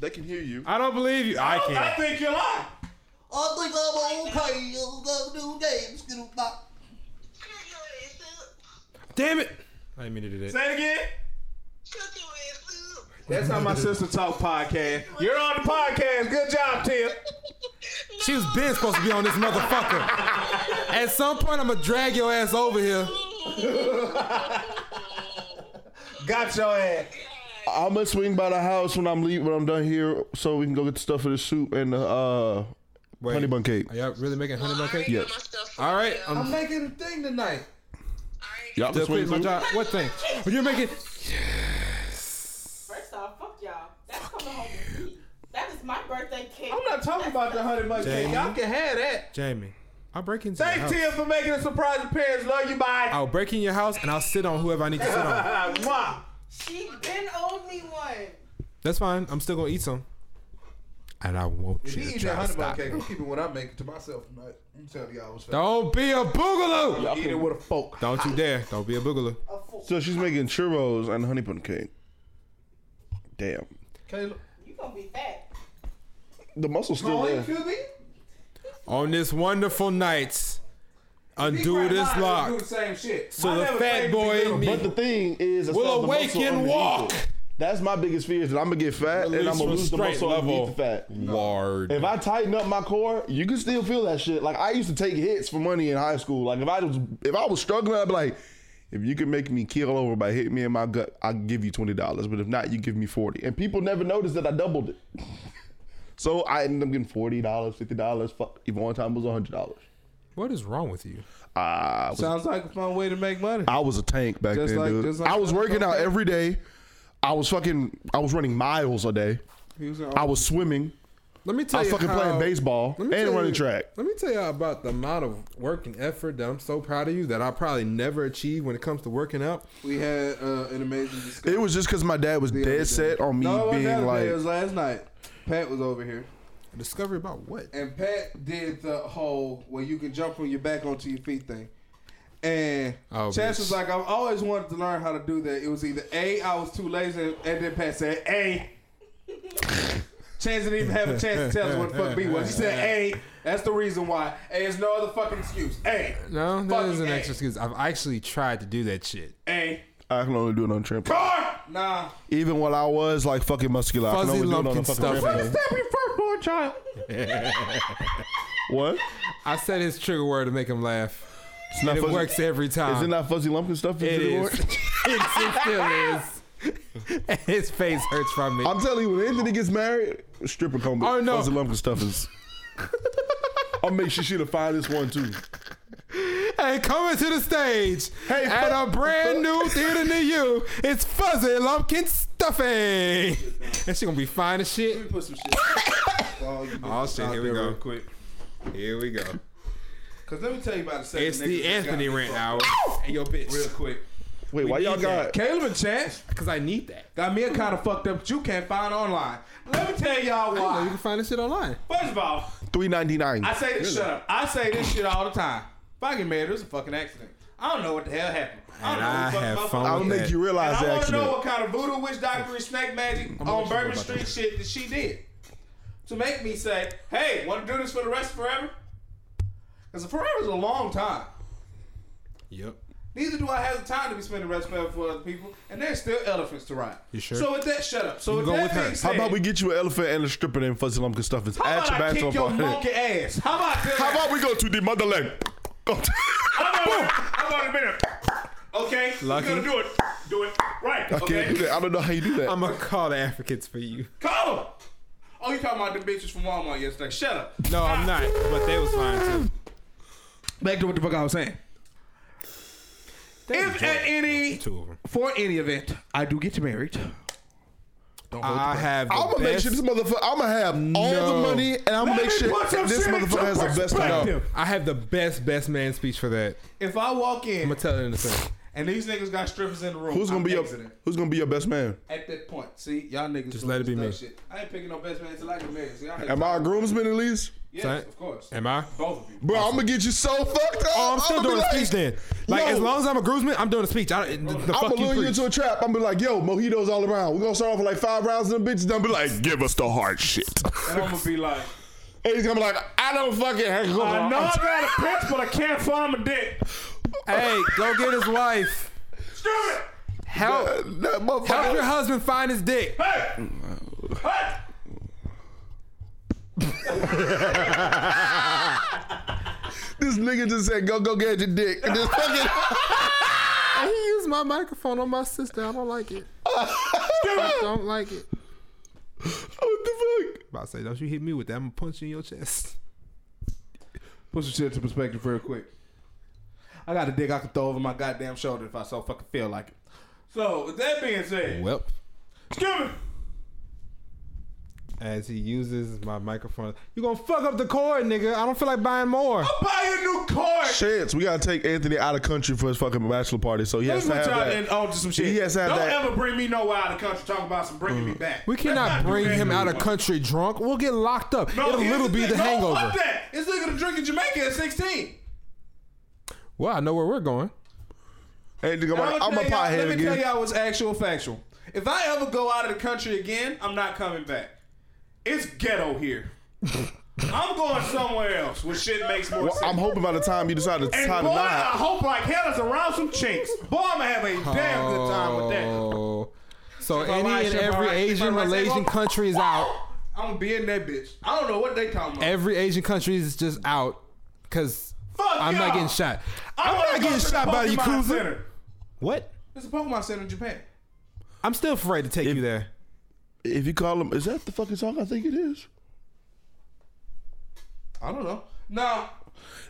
Speaker 2: They can hear you.
Speaker 1: I don't believe you. I
Speaker 14: I
Speaker 1: can't.
Speaker 14: think you're lying.
Speaker 13: I think I'm okay. I'll go do dance. Get up my.
Speaker 16: Shut your ass up.
Speaker 1: Damn it! I didn't mean to do that.
Speaker 14: Say it again.
Speaker 16: Shut your ass up.
Speaker 14: That's how my sister talk podcast. You're on the podcast. Good job, Tim.
Speaker 1: She was been supposed to be on this motherfucker. At some point, I'm gonna drag your ass over here.
Speaker 14: Got your ass.
Speaker 2: I'm gonna swing by the house when I'm leave when I'm done here, so we can go get the stuff for the soup and the uh,
Speaker 1: Wait,
Speaker 2: honey bun cake.
Speaker 1: Are y'all really making honey bun cake?
Speaker 2: Yes.
Speaker 1: All right, um, I'm
Speaker 3: making a thing tonight.
Speaker 2: Y'all
Speaker 1: still quitting my
Speaker 2: through.
Speaker 1: job. What thing? You're making.
Speaker 5: First off, fuck y'all. That's coming home with me. That is my birthday cake.
Speaker 14: I'm not talking about the honey mustard.
Speaker 1: Jamie.
Speaker 14: Y'all can have that.
Speaker 1: Jamie, I'll break into your
Speaker 14: Thanks,
Speaker 1: house.
Speaker 14: Tim, for making a surprise appearance. Love you. Bye.
Speaker 1: I'll break in your house and I'll sit on whoever I need to sit on.
Speaker 14: Mwah.
Speaker 5: She been owed me one.
Speaker 1: That's fine. I'm still gonna eat some. And I won't.
Speaker 3: If he eat that honey bun cake, I'm keeping what I'm making to myself tonight. I'm telling y'all what's up.
Speaker 1: Don't be a boogaloo.
Speaker 3: Eat it with a fork.
Speaker 1: Don't you dare. Don't be a boogaloo.
Speaker 2: So she's making churros and honey bun cake. Damn,
Speaker 3: Caleb.
Speaker 5: You gonna be fat.
Speaker 2: the muscle's still
Speaker 3: Oh, you
Speaker 2: there.
Speaker 3: feel me?
Speaker 1: On this wonderful night, undo
Speaker 3: Right
Speaker 1: this
Speaker 3: now, I do
Speaker 1: lock
Speaker 3: the same shit.
Speaker 1: so the fat boy in
Speaker 2: But the
Speaker 1: me
Speaker 2: thing is, I still
Speaker 1: will
Speaker 2: have the
Speaker 1: awake
Speaker 2: muscle
Speaker 1: and
Speaker 2: underneath
Speaker 1: walk.
Speaker 2: it. That's my biggest fear is that I'm gonna get fat and I'm
Speaker 1: Release
Speaker 2: gonna lose the
Speaker 1: restraint
Speaker 2: muscle
Speaker 1: level.
Speaker 2: level. the fat.
Speaker 1: Lord.
Speaker 2: If I tighten up my core, you can still feel that shit. Like I used to take hits for money in high school. Like if I was if I was struggling, I'd be like, if you can make me keel over by hitting me in my gut, I'll give you twenty dollars. But if not, you give me forty. And people never noticed that I doubled it. so I ended up getting forty dollars, fifty dollars. Fuck, even one time it was hundred dollars.
Speaker 1: What is wrong with you?
Speaker 2: I was
Speaker 11: Sounds like a fun way to make money.
Speaker 2: I was a tank back
Speaker 11: Just
Speaker 2: then,
Speaker 11: like-
Speaker 2: dude.
Speaker 11: just like-
Speaker 2: I was working out every day. I was fucking. I was running miles a day.
Speaker 11: He was in
Speaker 2: I was swimming.
Speaker 1: Let me
Speaker 2: I
Speaker 1: tell
Speaker 2: was
Speaker 1: you
Speaker 2: fucking
Speaker 1: how-
Speaker 2: playing baseball
Speaker 1: Let me
Speaker 2: and
Speaker 1: tell
Speaker 2: running
Speaker 1: you-
Speaker 2: track.
Speaker 1: Let me tell y'all about the amount of work and effort that I'm so proud of you that I probably never achieved when it comes to working out.
Speaker 11: we had uh, an amazing discussion.
Speaker 2: It was just because my dad was
Speaker 11: other
Speaker 2: dead set on me
Speaker 11: No, it wasn't the
Speaker 2: being
Speaker 11: other day.
Speaker 2: like,
Speaker 11: it was last night. Pat was over here,
Speaker 1: A discovery about what?
Speaker 11: and Pat did the whole where you can jump from your back onto your feet thing. And
Speaker 1: Oh,
Speaker 11: Chance was
Speaker 1: bitch.
Speaker 11: like, I've always wanted to learn how to do that. It was either A, I was too lazy, and then Pat said A. Chance didn't even have a chance to tell us what the fuck B was. He said A. That's the reason why. A is no other fucking excuse. A.
Speaker 1: No, that
Speaker 11: Fucking
Speaker 1: is an
Speaker 11: A.
Speaker 1: extra excuse. I've actually tried to do that shit.
Speaker 11: A.
Speaker 2: I can only do it on trampoline.
Speaker 11: Car. Nah.
Speaker 2: Even when I was like fucking muscular, I can
Speaker 1: Fuzzy
Speaker 2: only do it on a
Speaker 1: Lumpkin
Speaker 2: fucking
Speaker 1: stuff.
Speaker 2: trampoline.
Speaker 11: firstborn child.
Speaker 2: What?
Speaker 1: I said his trigger word to make him laugh.
Speaker 2: It's not
Speaker 1: And it
Speaker 2: fuzzy.
Speaker 1: works every time.
Speaker 2: Is it not fuzzy lumpkin stuff?
Speaker 1: It
Speaker 2: the
Speaker 1: is.
Speaker 2: word?
Speaker 1: it's, it still is. His face hurts from me.
Speaker 2: I'm telling you, when Anthony gets married, stripper combo.
Speaker 1: Oh, no.
Speaker 2: Fuzzy lumpkin stuff is. I'll make sure she the finest one too.
Speaker 1: And coming to the stage
Speaker 2: Hey,
Speaker 1: at
Speaker 2: fuck-
Speaker 1: a brand new theater near you, it's Fuzzy Lumpkin Stuffing. And she gonna be fine as shit.
Speaker 3: Put some shit. Oh, you
Speaker 1: Oh shit, here we
Speaker 3: real
Speaker 1: go.
Speaker 3: quick.
Speaker 1: Here we go.
Speaker 3: Cause let me tell you about the second.
Speaker 1: It's the Anthony rant hour. Hey, yo,
Speaker 3: Real
Speaker 1: bitch.
Speaker 3: quick.
Speaker 2: Wait, why
Speaker 1: need
Speaker 2: y'all
Speaker 1: that.
Speaker 2: got?
Speaker 3: Caleb and Chance
Speaker 1: Because I need that.
Speaker 3: got me a kind of fucked up that you can't find online. Let me tell y'all
Speaker 1: I know you
Speaker 3: why.
Speaker 1: can find this shit online.
Speaker 3: First of all,
Speaker 2: Three ninety nine.
Speaker 3: I say this shut up. I say this shit all the time. If I get married, it was a fucking accident. I don't know what the hell happened. I don't
Speaker 1: And I
Speaker 3: know who the
Speaker 1: have
Speaker 3: fuck
Speaker 1: fun
Speaker 3: motherfucker-
Speaker 2: I'll
Speaker 1: with
Speaker 2: make
Speaker 1: that.
Speaker 2: you
Speaker 3: And
Speaker 2: realize
Speaker 3: I
Speaker 2: the
Speaker 3: want to know
Speaker 2: accident.
Speaker 3: what kind of voodoo witch doctor and snake magic on
Speaker 1: sure
Speaker 3: Bourbon
Speaker 1: about
Speaker 3: Street
Speaker 1: that.
Speaker 3: shit that she did to make me say, "Hey, want to do this for the rest of forever?" Because forever is a long time.
Speaker 1: Yep.
Speaker 3: Neither do I have the time to be spending rest spell for other people, and there's still elephants to ride.
Speaker 1: You sure?
Speaker 3: So with that, shut up. So
Speaker 1: You
Speaker 3: with
Speaker 1: go
Speaker 3: that
Speaker 1: with her.
Speaker 3: being
Speaker 2: How
Speaker 3: said,
Speaker 2: about we get you an elephant and a stripper named Fuzzy Lumpkin Stuffins
Speaker 3: How
Speaker 2: at
Speaker 3: about
Speaker 2: your
Speaker 3: I kick
Speaker 2: bachelor
Speaker 3: your
Speaker 2: party?
Speaker 3: monkey ass? How about that?
Speaker 2: How about we go to the motherland?
Speaker 14: Hold on a minute.
Speaker 3: okay?
Speaker 14: You're gonna do it. Do it right.
Speaker 2: I can't do that. I don't know how you do that.
Speaker 1: I'm gonna call the Africans for you.
Speaker 3: Call them. Oh, you talking about the bitches from Walmart yesterday? Shut up.
Speaker 1: No, I'm not. But they was fine too.
Speaker 3: Back to what the fuck I was saying. If at any
Speaker 1: Two of them.
Speaker 3: for any event I do get married, don't hold
Speaker 1: I have. The
Speaker 2: I'm gonna make
Speaker 1: best,
Speaker 2: sure this motherfucker. I'm gonna have all
Speaker 1: No.
Speaker 2: the money, and I'm gonna
Speaker 14: Let
Speaker 2: make
Speaker 14: me
Speaker 2: sure
Speaker 14: put some
Speaker 2: this
Speaker 14: shit into
Speaker 2: motherfucker has the best
Speaker 14: perspective.
Speaker 2: time.
Speaker 1: I have the best best man speech for that.
Speaker 3: If I walk
Speaker 1: I'm
Speaker 3: in
Speaker 1: gonna tell it in a second.
Speaker 3: and these niggas got strippers in the room,
Speaker 2: Who's gonna
Speaker 3: I'm
Speaker 2: be your
Speaker 3: exiting.
Speaker 2: Who's gonna be your best man?
Speaker 3: at that point? See, y'all niggas
Speaker 1: Just
Speaker 3: doing
Speaker 1: let it
Speaker 3: this
Speaker 1: be
Speaker 3: dumb
Speaker 1: me.
Speaker 3: Shit. I ain't picking no best man until I get married. See, y'all niggas-
Speaker 2: Am I a groomsman at least?
Speaker 3: Yes,
Speaker 1: Son?
Speaker 3: of course.
Speaker 1: Am I?
Speaker 3: Both of you.
Speaker 2: Bro, I'm gonna get you so fucked up.
Speaker 1: Oh, I'm still
Speaker 2: I'ma be
Speaker 1: doing a
Speaker 2: like,
Speaker 1: speech then. Like
Speaker 2: yo.
Speaker 1: as long as I'm a groomsman, I'm doing a speech. I don't, the, the
Speaker 2: I'm
Speaker 1: fuck
Speaker 2: gonna
Speaker 1: you
Speaker 2: lure you
Speaker 1: preach.
Speaker 2: into a trap. I'm gonna be like, yo, mojitos all around. We're gonna start off with like five rounds and the bitches done be like, give us the hard shit.
Speaker 14: And I'm gonna be like,
Speaker 2: and he's gonna be like, I don't fucking have
Speaker 14: I know I got a pitch, but I can't find my dick.
Speaker 1: hey, go get his wife.
Speaker 14: Screw it.
Speaker 1: Help.
Speaker 2: That
Speaker 1: Help your
Speaker 2: motherfucker.
Speaker 1: husband find his dick.
Speaker 14: Hey. Hey.
Speaker 2: This nigga just said, go, go get your dick. And just fucking.
Speaker 1: He used my microphone on my sister. I don't like it. I don't like it.
Speaker 2: what the fuck?
Speaker 1: About to say, don't you hit me with that? I'm gonna punch you in your chest.
Speaker 3: Put some shit into perspective real quick. I got a dick I can throw over my goddamn shoulder if I so fucking feel like it. So with that being said,
Speaker 1: Well,
Speaker 14: Excuse me.
Speaker 1: as he uses my microphone, you gonna fuck up the cord, nigga. I don't feel like buying more.
Speaker 3: buy a new car.
Speaker 2: Chance, we gotta take Anthony out of country for his fucking bachelor party, so he
Speaker 3: Let
Speaker 2: has to
Speaker 3: me put
Speaker 2: have
Speaker 3: y'all
Speaker 2: that.
Speaker 3: in onto some shit.
Speaker 2: He has to have
Speaker 3: Don't
Speaker 2: that.
Speaker 3: ever bring me nowhere out of the country talking about some bringing me back.
Speaker 1: Mm. We
Speaker 3: Let's not
Speaker 1: cannot
Speaker 3: do
Speaker 1: bring
Speaker 3: that
Speaker 1: him
Speaker 3: no
Speaker 1: out of
Speaker 3: more.
Speaker 1: country drunk. We'll get locked up.
Speaker 3: No,
Speaker 1: It'll
Speaker 3: here's
Speaker 1: little be
Speaker 3: thing.
Speaker 1: the
Speaker 3: No,
Speaker 1: hangover.
Speaker 3: Fuck that. It's legal to drink in Jamaica at 16.
Speaker 1: Well, I know where we're going.
Speaker 2: Ain't nigga,
Speaker 3: Now,
Speaker 2: I'm,
Speaker 3: I'm
Speaker 2: a
Speaker 3: gonna tell y'all-
Speaker 2: pothead
Speaker 3: Let me tell
Speaker 2: again.
Speaker 3: y'all what's actual factual. If I ever go out of the country again, I'm not coming back. It's ghetto here. I'm going somewhere else where shit makes more
Speaker 2: Well,
Speaker 3: sense.
Speaker 2: I'm hoping by the time you decide to
Speaker 14: And
Speaker 2: tie the
Speaker 14: boy, I
Speaker 2: knot.
Speaker 14: hope like hell is around some chinks. Boy, I'ma have a damn good time with that.
Speaker 1: Oh. So
Speaker 3: my
Speaker 1: any
Speaker 3: life,
Speaker 1: and
Speaker 3: shit, my
Speaker 1: every
Speaker 3: life, shit,
Speaker 1: Asian,
Speaker 3: my life, shit,
Speaker 1: Malaysian
Speaker 3: my-
Speaker 1: country is out.
Speaker 3: I'm gonna be in that bitch. I don't know what they talking about.
Speaker 1: Every Asian country is just out because
Speaker 14: Fuck
Speaker 1: I'm
Speaker 14: y'all.
Speaker 1: not getting shot.
Speaker 14: I
Speaker 1: I'm
Speaker 14: wanna
Speaker 1: not
Speaker 14: go
Speaker 1: getting
Speaker 14: to the
Speaker 1: shot by the
Speaker 14: Pokemon
Speaker 1: Yakuza.
Speaker 14: Center.
Speaker 1: What?
Speaker 3: There's a Pokemon Center in Japan.
Speaker 1: I'm still afraid to take you there.
Speaker 2: If you call him, is that the fucking song? I think it is.
Speaker 3: I don't know. Now,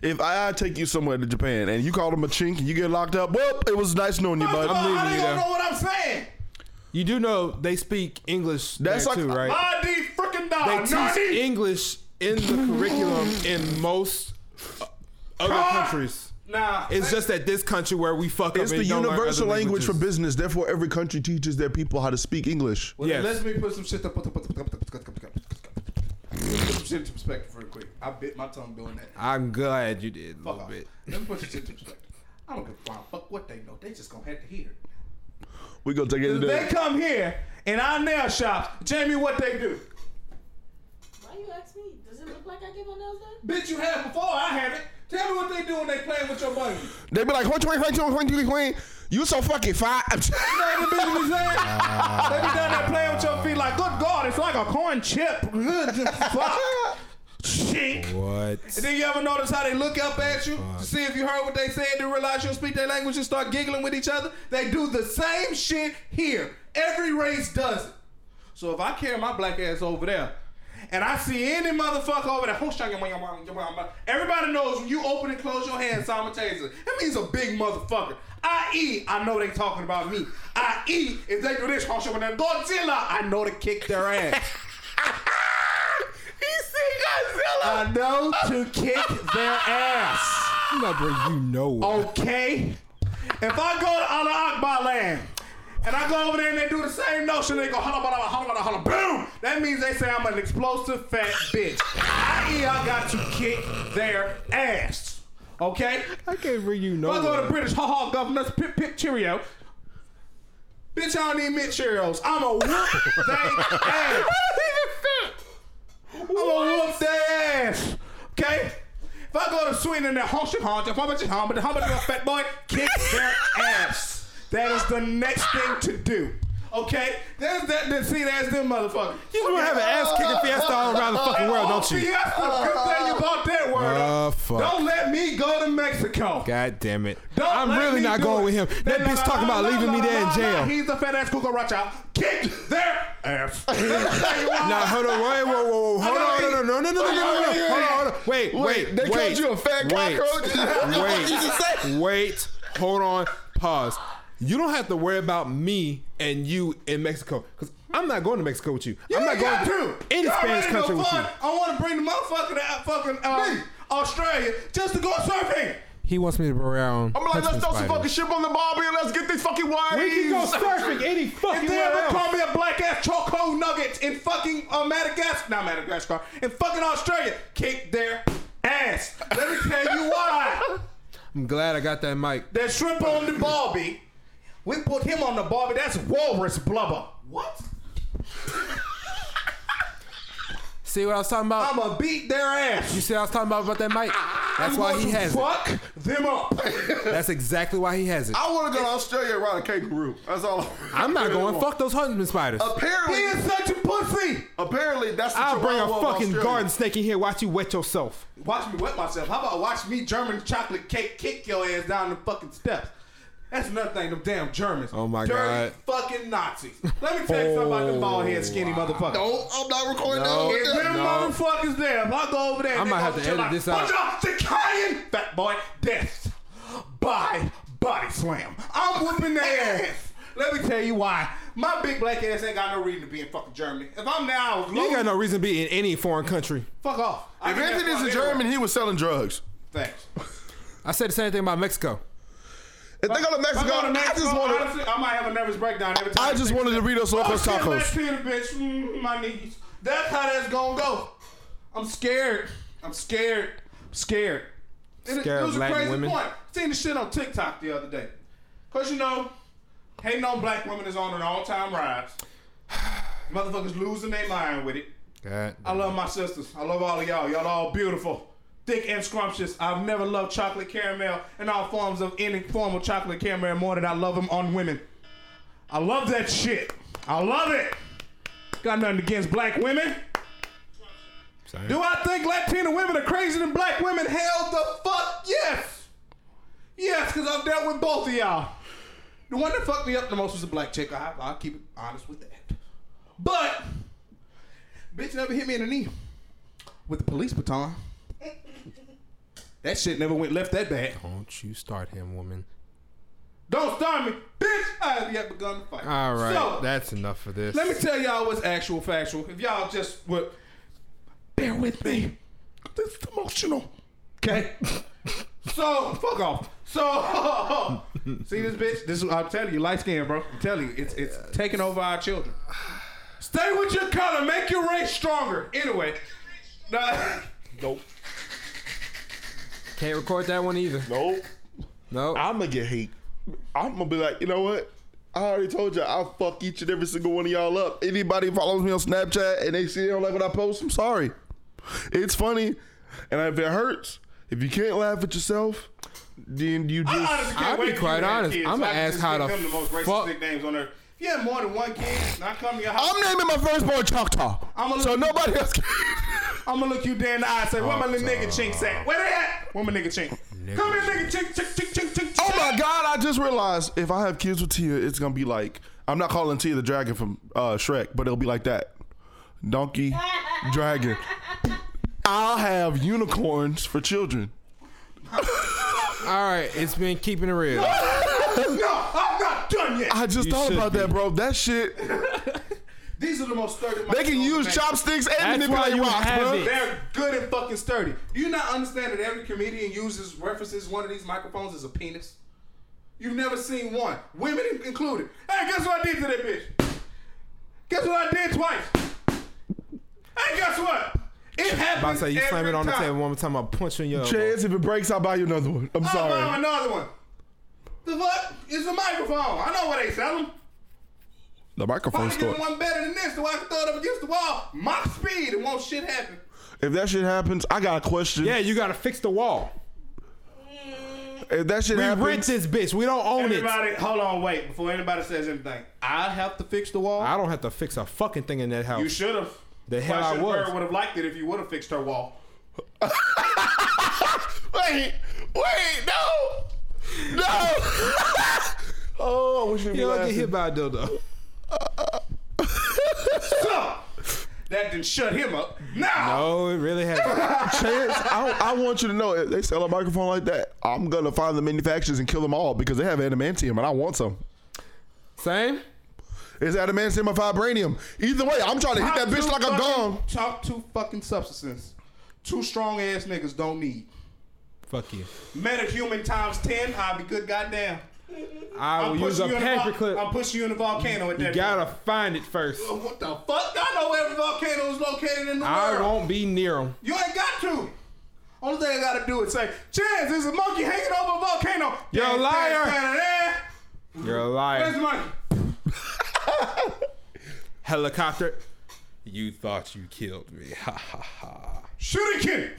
Speaker 2: If I, I take you somewhere to Japan and you call him a chink and you get locked up, well, it was nice knowing you,
Speaker 3: first
Speaker 2: bud.
Speaker 3: of all,
Speaker 1: leaving
Speaker 3: how they
Speaker 1: you
Speaker 3: gonna
Speaker 1: there.
Speaker 3: know what I'm saying?
Speaker 1: You do know they speak English
Speaker 2: That's
Speaker 1: there
Speaker 2: like-
Speaker 1: too, right?
Speaker 14: I D freaking
Speaker 1: They
Speaker 14: dog.
Speaker 1: teach
Speaker 14: Nani.
Speaker 1: English in the curriculum in most uh, other
Speaker 14: Ah!
Speaker 1: countries.
Speaker 14: Nah.
Speaker 1: It's just that this country where we fuck up.
Speaker 2: It's
Speaker 1: and
Speaker 2: the
Speaker 1: don't learn
Speaker 2: universal
Speaker 1: other
Speaker 2: language for
Speaker 1: languages.
Speaker 2: business. Therefore, every country teaches their people how to speak English.
Speaker 3: Well,
Speaker 1: Yes.
Speaker 3: Let me put some shit up. Put some shit into perspective real quick. I bit my tongue doing that.
Speaker 1: I'm glad you did a
Speaker 3: Fuck
Speaker 1: little
Speaker 3: off.
Speaker 1: bit.
Speaker 3: Let me put some shit into perspective. I don't give a flying fuck what they know. They just gonna have to hear. it.
Speaker 2: We gonna take it
Speaker 14: If they
Speaker 2: today.
Speaker 14: come here in our nail shops, Jamie, what they do?
Speaker 5: Why you ask me? Does it look like I get my nails done?
Speaker 3: Bitch, you have before. I haven't. Tell me what they do when they playing with your money.
Speaker 2: They be like, "Hoy, hoy, hoy, hoy, hoy, hoy, you so fucking fat.
Speaker 14: You know what I'm saying? they be down there playing with your feet like, good God, it's like a corn chip. Good fuck. Shink.
Speaker 1: What?
Speaker 3: Then you ever notice how they look up at you to see if you heard what they said to realize you don't speak their language and start giggling with each other? They do the same shit here. Every race does it. So if I carry my black ass over there and I see any motherfucker over there, who's shaking my- my- my- my- everybody knows when you open and close your hands simultaneously. That means a big motherfucker. I.e., I know they talking about me. I.e., if they do this, who's shaking that Godzilla, I know to kick their ass. I know to kick their ass.
Speaker 1: You know, bro, you know
Speaker 2: Oh.
Speaker 1: it.
Speaker 14: Okay. If I go to Allah Akbar land and I go over there and they do the same notion, they go holla bada holla bada holla boom. That means they say I'm an explosive fat bitch. I.e. I got to kick their ass. Okay?
Speaker 1: I can't bring you
Speaker 14: If I go to
Speaker 1: nowhere.
Speaker 14: British, ha ha governors, pip pip cheerio. Bitch, I don't need mint Cheerios. I'm a whoop they ass. I'm a whoop they ass. Okay?
Speaker 3: If I go to Sweden and honky honk, if I'm a honk, but the honk a fat boy, kick their ass. That is the next thing to do. Okay, there's that. Then see, that's them motherfucker.
Speaker 1: You just want to have an ass kicking fiesta all around the fucking world, don't
Speaker 2: Oh,
Speaker 1: you?
Speaker 3: Fiesta, good thing you bought that word. up.
Speaker 1: Oh, fuck.
Speaker 3: Don't let me go to Mexico.
Speaker 1: God damn it.
Speaker 3: Don't
Speaker 1: I'm
Speaker 3: let
Speaker 1: really
Speaker 3: me
Speaker 1: not
Speaker 3: do
Speaker 1: going
Speaker 3: it.
Speaker 1: with him. That
Speaker 3: Nah,
Speaker 1: bitch
Speaker 3: nah,
Speaker 1: talking
Speaker 3: nah,
Speaker 1: about
Speaker 3: nah,
Speaker 1: leaving me
Speaker 3: nah,
Speaker 1: there in
Speaker 3: nah, nah.
Speaker 1: jail.
Speaker 3: He's the fat ass cucaracha. Kick their ass. Let me tell you why.
Speaker 1: Nah, hold on, wait, whoa, whoa, whoa, hold on, no, no, no, no, no, no, no, no, no, hold on, hold on, wait,
Speaker 2: Wait,
Speaker 1: wait,
Speaker 2: they called
Speaker 1: wait,
Speaker 2: you a
Speaker 1: wait,
Speaker 2: fat cockroach? What you just
Speaker 1: Wait, wait, hold on, pause. You don't have to worry about me and you in Mexico, because I'm not going to Mexico with you. I'm not going to any
Speaker 3: You
Speaker 1: Spanish
Speaker 3: already know
Speaker 1: country with you.
Speaker 3: fun. I want to bring the motherfucker to uh, fucking uh, Australia just to go surfing.
Speaker 1: He wants me to be around.
Speaker 2: I'm like, let's throw some fucking shit on the barbie and let's get these fucking wires.
Speaker 1: We can go surfing any
Speaker 3: If
Speaker 1: fucking
Speaker 3: they
Speaker 1: where
Speaker 3: ever
Speaker 1: else.
Speaker 3: call me a black ass choco nugget in fucking uh, Madagascar, not Madagascar, in fucking Australia, kick their ass. Let me tell you why.
Speaker 1: I'm glad I got that mic.
Speaker 3: That shrimp on the Barbie, we put him on the Barbie. That's walrus blubber. What?
Speaker 1: See what I was talking about?
Speaker 3: I'ma beat their ass.
Speaker 1: You see what I was talking about about that mic? That's
Speaker 3: I'm
Speaker 1: why
Speaker 3: going
Speaker 1: he
Speaker 3: to
Speaker 1: has it.
Speaker 3: fuck them up.
Speaker 1: That's exactly why he has it.
Speaker 2: I want to go to Australia and ride a kangaroo. That's all. I
Speaker 1: I'm not
Speaker 2: really
Speaker 1: going.
Speaker 2: want.
Speaker 1: Fuck those huntsman spiders.
Speaker 3: he
Speaker 2: Apparently,
Speaker 3: is such a pussy.
Speaker 2: apparently that's. The
Speaker 1: I'll bring a
Speaker 2: chihuahua of
Speaker 1: fucking
Speaker 2: Australia.
Speaker 1: garden snake in here. Watch you wet yourself.
Speaker 3: Watch me wet myself. How about watch me German chocolate cake kick your ass down the fucking steps? That's another thing, them damn Germans.
Speaker 1: Oh my
Speaker 3: Dirty
Speaker 1: God. Oh,
Speaker 3: fucking Nazis. Let me tell you something about them bald head skinny motherfuckers.
Speaker 17: No, I'm not recording
Speaker 1: No.
Speaker 3: If
Speaker 17: that.
Speaker 3: them
Speaker 1: No.
Speaker 3: motherfuckers there, if I go over there,
Speaker 1: I might have to edit this out.
Speaker 3: Bunch of Italian fat boy deaths by body slam. I'm whooping their ass. Let me tell you why. My big black ass ain't got no reason to be in fucking Germany. If I'm now, I was
Speaker 1: You ain't got
Speaker 3: lonely,
Speaker 1: no reason to be in any foreign country.
Speaker 3: fuck off. I
Speaker 2: If
Speaker 3: can have
Speaker 2: Anthony's
Speaker 3: fun
Speaker 2: a
Speaker 3: anywhere.
Speaker 2: German, he was selling drugs.
Speaker 3: thanks.
Speaker 1: I said the same thing about Mexico.
Speaker 17: If they go to
Speaker 3: If I
Speaker 17: Mexico,
Speaker 3: go to
Speaker 17: I
Speaker 3: Mexico,
Speaker 17: just want
Speaker 3: honestly, I might have a nervous breakdown every time.
Speaker 2: I just wanted to read us
Speaker 3: oh,
Speaker 2: Locos
Speaker 3: shit,
Speaker 2: Tacos.
Speaker 3: Black Peter, bitch. Mm, my knees. That's how that's gonna go. I'm scared. I'm scared. I'm scared. And it-
Speaker 1: Scared
Speaker 3: it
Speaker 1: of
Speaker 3: was
Speaker 1: black
Speaker 3: a crazy
Speaker 1: women?
Speaker 3: point. Seen this shit on TikTok the other day. Cause you know, hating on black women is on an all-time rise. Motherfuckers losing their mind with it.
Speaker 1: God.
Speaker 3: I love my sisters. I love all of y'all. Y'all all beautiful, thick and scrumptious. I've never loved chocolate caramel and all forms of any form of chocolate caramel more than I love them on women. I love that shit. I love it. Got nothing against black women. Do I think Latina women are crazier than black women? Hell the fuck yes. Yes, because I've dealt with both of y'all. The one that fucked me up the most was a black chick. I, I'll keep it honest with that. But, bitch never hit me in the knee with the police baton. that shit never went left that bad.
Speaker 1: Don't you start him, woman.
Speaker 3: Don't start me, bitch. I have yet begun to fight.
Speaker 1: All right,
Speaker 3: So,
Speaker 1: that's enough for this.
Speaker 3: let me tell y'all what's actual factual. If y'all just would bear with me, this is emotional. Okay. so fuck off. So see this bitch. This is I'm telling you, light skin, bro. I'm telling you, it's it's taking over our children. Stay with your color, make your race stronger. Anyway, nah,
Speaker 17: Nope.
Speaker 1: Can't record that one either.
Speaker 17: Nope.
Speaker 1: No.
Speaker 17: I'm gonna get hate. I'm gonna be like, you know what? I already told you, I'll fuck each and every single one of y'all up. Anybody follows me on Snapchat and they see they don't like what I post, I'm sorry. It's funny, and if it hurts, if you can't laugh at yourself, then you just.
Speaker 3: I honestly can't
Speaker 1: I'll be
Speaker 3: wait till you
Speaker 1: quite
Speaker 3: have
Speaker 1: honest.
Speaker 3: kids,
Speaker 1: I'ma
Speaker 3: so I can
Speaker 1: ask
Speaker 3: just
Speaker 1: how
Speaker 3: pick
Speaker 1: the
Speaker 3: them the most racist
Speaker 1: fuck-
Speaker 3: nicknames on earth. If you have more than one kid, and I come to your house.
Speaker 2: I'm naming my firstborn Choctaw.
Speaker 3: I'm a
Speaker 2: So
Speaker 3: little-
Speaker 2: nobody else can.
Speaker 3: I'm gonna look you dead in the eye and say, Where my little nigga chinks at? Where they at? Where my nigga chink? Come here, nigga chink, chink, chink, chink, chink.
Speaker 2: Oh my
Speaker 3: chink.
Speaker 2: God! I just realized if I have kids with Tia, it's gonna be like I'm not calling Tia the dragon from uh, Shrek, but it'll be like that: donkey, dragon. I'll have unicorns for children.
Speaker 1: All right, it's been keeping it real.
Speaker 3: No, I'm not done yet.
Speaker 2: I just
Speaker 1: You
Speaker 2: thought
Speaker 1: should
Speaker 2: about that,
Speaker 1: be.
Speaker 2: bro. That shit.
Speaker 3: These are the most sturdy.
Speaker 2: They can use chopsticks and
Speaker 1: That's why
Speaker 2: manipulate
Speaker 1: you
Speaker 2: rocks,
Speaker 1: have
Speaker 2: bro.
Speaker 1: it.
Speaker 3: They're good and fucking sturdy. Do you not understand that every comedian uses references one of these microphones as a penis? You've never seen one, women in- included. Hey, guess what I did to that bitch? Guess what I did twice? Hey, guess what? It
Speaker 1: I
Speaker 3: happens.
Speaker 1: say you
Speaker 3: every
Speaker 1: slam it on the
Speaker 3: time.
Speaker 1: table one more time. I'll punch you in your. elbow.
Speaker 2: Chance, if it breaks, I'll buy you another one. I'm
Speaker 3: I'll buy
Speaker 2: sorry.
Speaker 3: Oh, another one. The fuck? It's a microphone. I know what they sell them.
Speaker 2: The microphone
Speaker 3: Probably
Speaker 2: store.
Speaker 3: get one better than this so I can throw it up against the wall. Mock speed and won't shit happen.
Speaker 2: If that shit happens, I got a question.
Speaker 1: Yeah, you gotta fix the wall.
Speaker 2: If that shit
Speaker 1: We
Speaker 2: happens,
Speaker 1: rent this bitch. We don't own it.
Speaker 3: Everybody, hold on, wait. Before anybody says anything, I have to fix the wall.
Speaker 1: I don't have to fix a fucking thing in that house.
Speaker 3: You should have.
Speaker 1: The hell I was.
Speaker 3: would have liked it if you would have fixed her wall.
Speaker 2: wait, wait, no, no. oh, I wish we
Speaker 1: you
Speaker 2: were
Speaker 1: don't get hit
Speaker 2: laughing.
Speaker 1: by a dildo.
Speaker 3: So that didn't shut him up. Now
Speaker 1: Oh, it really happened.
Speaker 2: Chance, I, I want you to know if they sell a microphone like that, I'm gonna find the manufacturers and kill them all because they have adamantium and I want some.
Speaker 1: Same.
Speaker 2: Is adamantium or vibranium? Either way, I'm trying to hit that bitch like a gong.
Speaker 3: Talk two fucking substances. Two strong ass niggas don't need.
Speaker 1: Fuck you.
Speaker 3: Metahuman times ten, I'd be good goddamn.
Speaker 1: I will use a
Speaker 3: you in the
Speaker 1: paper
Speaker 3: vo-
Speaker 1: clip.
Speaker 3: I'm pushing you in the volcano at that
Speaker 1: You gotta find it first.
Speaker 3: point. What the fuck? I know every volcano is located in the
Speaker 1: I
Speaker 3: world.
Speaker 1: won't be near him.
Speaker 3: You ain't got to. Only thing I gotta do is say, Chance, there's a monkey hanging over a volcano.
Speaker 1: You're a
Speaker 3: Dang,
Speaker 1: liar.
Speaker 3: dang, dang, dang.
Speaker 1: You're a
Speaker 3: Where's the
Speaker 1: liar.
Speaker 3: monkey?
Speaker 1: Helicopter. You thought you killed me. Ha ha ha.
Speaker 3: Shuriken!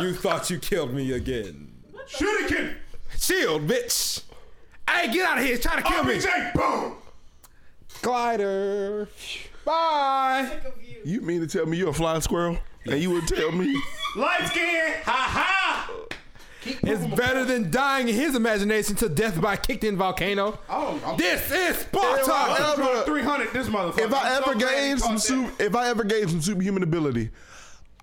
Speaker 1: You thought you killed me again.
Speaker 3: Shuriken!
Speaker 1: Shield, bitch. Hey, get out of here. He's trying to kill me.
Speaker 3: RPJ! Boom!
Speaker 1: Glider. Bye.
Speaker 2: You mean to tell me you're a flying squirrel? And you would tell me
Speaker 3: Light skin! Ha ha!
Speaker 1: It's better than dying in his imagination to death by kicked in volcano.
Speaker 3: Oh, I'm
Speaker 1: This is
Speaker 2: If I
Speaker 1: Sparta.
Speaker 2: ever-
Speaker 3: 300 this motherfucker.
Speaker 2: if I
Speaker 3: I'm so
Speaker 2: ever
Speaker 3: glad you
Speaker 2: gained
Speaker 3: caught
Speaker 2: some
Speaker 3: that.
Speaker 2: super, if I ever gained some superhuman ability,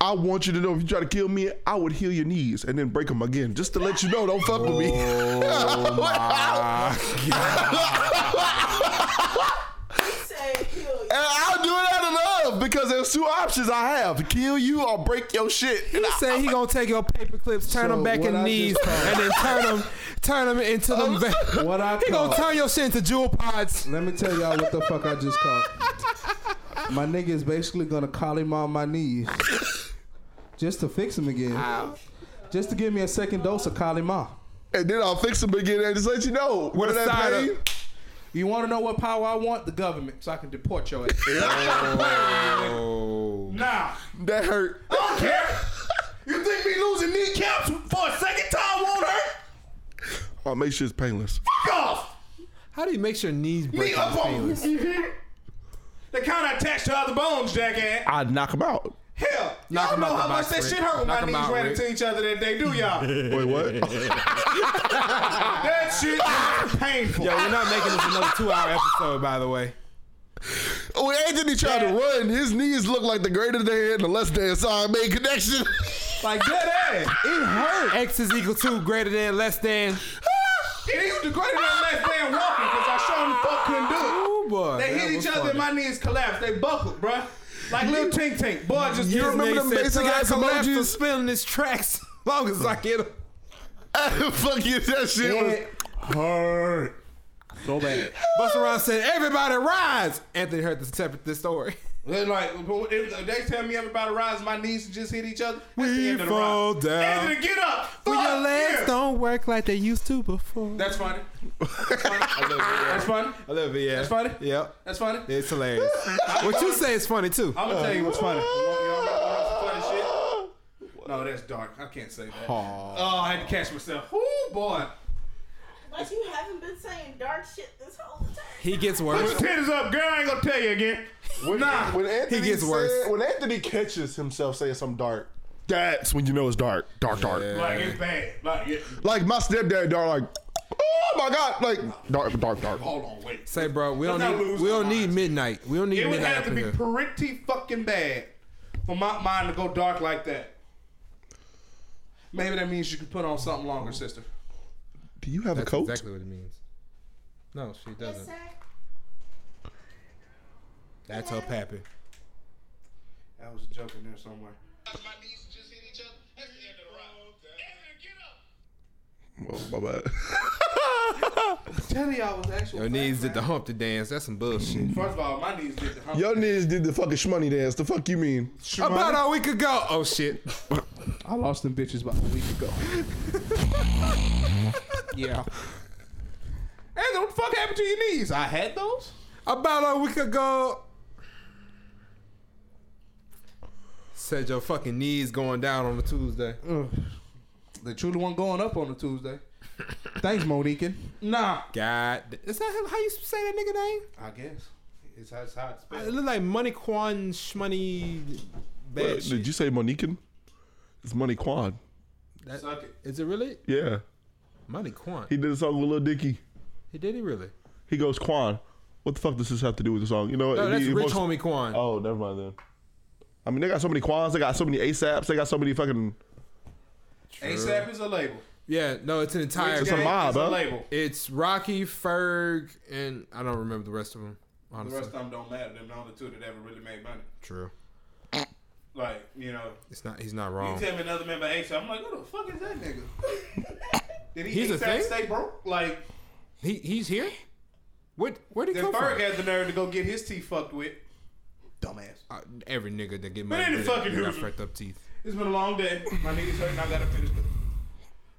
Speaker 2: I want you to know if you try to kill me, I would heal your knees and then break them again, just to let you know. Don't fuck with me. Oh,
Speaker 5: Say, yo,
Speaker 2: And I'll do it out of love because there's two options I have: kill you or break your shit. And
Speaker 1: He
Speaker 2: I-
Speaker 1: said he gonna take your paper clips, turn
Speaker 18: So
Speaker 1: them back
Speaker 18: what
Speaker 1: in
Speaker 18: I
Speaker 1: knees,
Speaker 18: just called-
Speaker 1: and then turn them, turn them into them. va-
Speaker 18: What I
Speaker 1: he gonna
Speaker 18: call-
Speaker 1: turn your shit into jewel pods.
Speaker 18: Let me tell y'all what the fuck I just called. My nigga is basically gonna call him on my knees just to fix him again. Just to give me a second dose of Kalima.
Speaker 2: and then I'll fix them again and just let you know. What
Speaker 1: a
Speaker 2: that
Speaker 1: side
Speaker 2: pain?
Speaker 1: of-
Speaker 18: You wanna know what power I want? The government, so I can deport your ass.
Speaker 2: Oh.
Speaker 3: Nah.
Speaker 2: That hurt.
Speaker 3: I don't care. You think me losing kneecaps for a second time won't hurt?
Speaker 2: I'll make sure it's painless.
Speaker 3: Fuck off!
Speaker 1: How do you make your knees
Speaker 3: Knee
Speaker 1: break?
Speaker 3: up on Mhm. They kind of attached to other bones, jackass.
Speaker 2: I'd knock them out.
Speaker 3: Hell,
Speaker 1: Knock
Speaker 3: y'all
Speaker 1: 'em
Speaker 3: know
Speaker 1: out the
Speaker 3: how much
Speaker 1: box,
Speaker 3: that
Speaker 1: Rick.
Speaker 3: shit hurt when
Speaker 1: Knock
Speaker 3: my
Speaker 1: 'em
Speaker 3: knees
Speaker 1: out,
Speaker 3: ran
Speaker 1: Rick.
Speaker 3: into each other that day, do y'all?
Speaker 2: Wait, what?
Speaker 3: that shit was painful.
Speaker 1: Yo, we're not making this another two-hour episode, by the way.
Speaker 2: When Anthony tried to run, his knees looked like the greater than and the less than sign made connection.
Speaker 3: Like that ass.
Speaker 1: It hurt. X is equal to greater than less than.
Speaker 3: And he was the greater than last man walking because I showed him the fuck couldn't do it.
Speaker 1: Oh boy.
Speaker 3: They
Speaker 1: that
Speaker 3: hit
Speaker 1: was
Speaker 3: each other and
Speaker 1: funny.
Speaker 3: my knees collapsed. They buckled, bruh. Like little tink tink. Boy, just
Speaker 1: This
Speaker 2: You remember
Speaker 1: nigga
Speaker 2: them
Speaker 1: said,
Speaker 2: basic
Speaker 1: "Till I
Speaker 2: ass
Speaker 1: collapse, I'm
Speaker 2: emojis?"
Speaker 1: Spilling his tracks. Long as I get him.
Speaker 2: Fuck you, that shit was.
Speaker 3: hurt. So bad.
Speaker 1: Busta Rhymes said, "Everybody rise." Anthony heard this separate this story.
Speaker 3: They're like, if they tell me everybody rise, my knees and just hit each other. That's the
Speaker 1: We
Speaker 3: end of the
Speaker 1: fall
Speaker 3: ride.
Speaker 1: down.
Speaker 3: Anthony, get up.
Speaker 1: When
Speaker 3: Fuck
Speaker 1: your legs
Speaker 3: yeah.
Speaker 1: don't work like they used to before.
Speaker 3: That's funny. That's funny. That's funny.
Speaker 1: I love it. Yeah,
Speaker 3: That's funny?
Speaker 1: Yep,
Speaker 3: That's funny.
Speaker 1: it's hilarious. what you say is funny too.
Speaker 3: I'm gonna tell you what's funny. You want- y'all wanna know some funny shit? No, that's dark. I can't say that. Oh, I had to catch myself. Oh boy.
Speaker 5: but you haven't been saying dark shit this whole time.
Speaker 1: He gets
Speaker 3: Put your
Speaker 1: worse.
Speaker 3: titties up, girl. I ain't gonna tell you again. nah.
Speaker 2: When Anthony
Speaker 1: gets
Speaker 2: said-
Speaker 1: worse.
Speaker 2: When Anthony catches himself saying something dark, that's when you know it's dark, dark, dark.
Speaker 3: Like it's bad. Like it,
Speaker 2: Like my stepdad, dark, like, oh my god, like dark, dark, dark.
Speaker 3: hold on, wait.
Speaker 1: Say, bro, we don't
Speaker 3: Let's not
Speaker 1: need
Speaker 3: lose
Speaker 1: we
Speaker 3: our
Speaker 1: don't need
Speaker 3: minds.
Speaker 1: midnight. We don't need
Speaker 3: It would
Speaker 1: midnight
Speaker 3: have
Speaker 1: up
Speaker 3: to
Speaker 1: in
Speaker 3: be
Speaker 1: here.
Speaker 3: pretty fucking bad for my mind to go dark like that. Maybe that means you can put on something longer, sister.
Speaker 2: Do you have
Speaker 1: That's
Speaker 2: a coat?
Speaker 1: exactly what it means. No, she doesn't. That's her pappy.
Speaker 3: That was a joke in there somewhere.
Speaker 19: My knees just hit each other. That's the end of the ride. Anthony, get up.
Speaker 2: Oh, my bad.
Speaker 3: Tell you I was actually.
Speaker 1: Your knees did the hump to dance. That's some bullshit.
Speaker 3: First of all, my knees did the hump.
Speaker 2: Your niggas did the fucking shmoney dance. The fuck you mean?
Speaker 1: About a week ago. Oh shit.
Speaker 18: I lost them bitches about a week ago.
Speaker 3: Yeah. Anthony, what the fuck happened to your knees? I had those.
Speaker 1: About a week ago. Said your fucking knees going down on a Tuesday.
Speaker 3: They truly weren't going up on a Tuesday. Thanks, Monique. Nah.
Speaker 1: God, is that how you say that nigga name?
Speaker 3: I guess. It's how it's how it's
Speaker 1: It look like Money Quan Shmoney. Bad
Speaker 2: Wait,
Speaker 1: shit.
Speaker 2: did you say Moniquan? It's Money Quan.
Speaker 1: That-
Speaker 3: Suck it.
Speaker 1: Is it really
Speaker 2: Yeah,
Speaker 1: Money Quan?
Speaker 2: he did a song with Lil Dicky.
Speaker 1: He did he really?
Speaker 2: He goes Quan. What the fuck does this have to do with the song? You know,
Speaker 1: No,
Speaker 2: it-
Speaker 1: that's
Speaker 2: it
Speaker 1: Rich
Speaker 2: most-
Speaker 1: Homie Quan.
Speaker 2: Oh, never mind then. I mean, they got so many Quans, they got so many ASAPs, they got so many fucking.
Speaker 3: ASAP is a label.
Speaker 1: Yeah, no, it's an entire.
Speaker 2: It's a mob,
Speaker 3: It's a
Speaker 2: huh?
Speaker 3: label.
Speaker 1: It's Rocky, Ferg, and I don't remember the rest of them.
Speaker 3: The
Speaker 1: Honestly,
Speaker 3: rest of them don't matter. Them the only two that ever really made money.
Speaker 1: true.
Speaker 3: Like, you know,
Speaker 1: It's not. He's not
Speaker 3: you
Speaker 2: Oh.
Speaker 1: wrong.
Speaker 3: tell me another member of ASAP, I'm like, who the fuck is that nigga? Did he
Speaker 1: He's a
Speaker 3: ASAP
Speaker 1: thing?
Speaker 3: stay broke? Like,
Speaker 1: He he's here. What? Where did he
Speaker 3: then
Speaker 1: come
Speaker 3: Ferg
Speaker 1: from?
Speaker 3: had the nerve to go get his teeth fucked with. Dumbass.
Speaker 1: Uh, every nigga that get
Speaker 3: But
Speaker 1: money,
Speaker 3: ain't it
Speaker 1: get
Speaker 3: fucking
Speaker 1: got
Speaker 3: who?
Speaker 1: fucked up teeth.
Speaker 3: It's been a long day. My knees hurt and I gotta finish this.
Speaker 1: And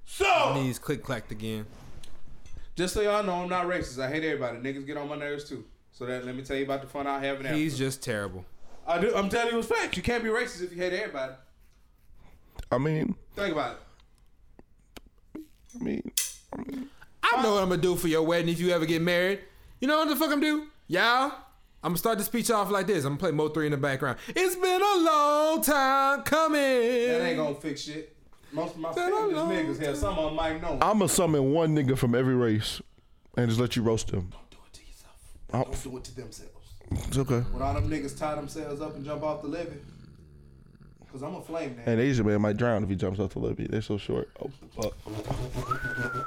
Speaker 3: So,
Speaker 1: he's click clacked again.
Speaker 3: just so y'all know, I'm not racist. I hate everybody. Niggas get on my nerves too. So that let me tell you about the fun I have in Africa.
Speaker 1: He's just terrible.
Speaker 3: I do. I'm telling you, it's fact. You can't be racist if you hate everybody.
Speaker 2: I mean,
Speaker 3: Think about it.
Speaker 2: I mean,
Speaker 1: I know what I'm gonna do for your wedding if you ever get married. You know what the fuck I'm gonna do? Y'all, I'm gonna start the speech off like this. I'm gonna play Mo 3 in the background. It's been a long time coming.
Speaker 3: That ain't gonna fix shit. Most of my
Speaker 1: That
Speaker 3: famous
Speaker 1: alone.
Speaker 3: niggas here. Some of them might know.
Speaker 2: I'ma summon one nigga from every race and just let you roast him.
Speaker 3: do it to yourself.
Speaker 2: Oh.
Speaker 3: Don't do it to themselves.
Speaker 2: It's okay.
Speaker 3: When all them niggas tie themselves up and jump off the levee. Cause I'm a flame now.
Speaker 2: An Asian man might drown if he jumps off the levee. They're so short. Oh, fuck.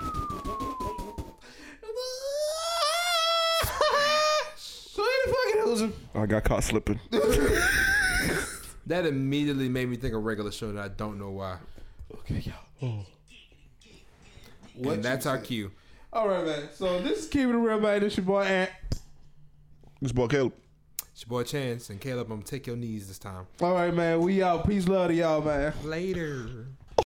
Speaker 3: So any fucking losing.
Speaker 2: I got caught slipping.
Speaker 1: That immediately made me think of regular show that I don't know why.
Speaker 3: What you
Speaker 1: and that's our
Speaker 3: said.
Speaker 1: cue.
Speaker 3: All right, man. So this is keeping it real, man. This your boy Ant.
Speaker 2: This boy Caleb.
Speaker 1: It's your boy Chance and Caleb. I'm gonna take your knees this time.
Speaker 3: All right, man. We out. Peace, love to y'all, man.
Speaker 1: Later.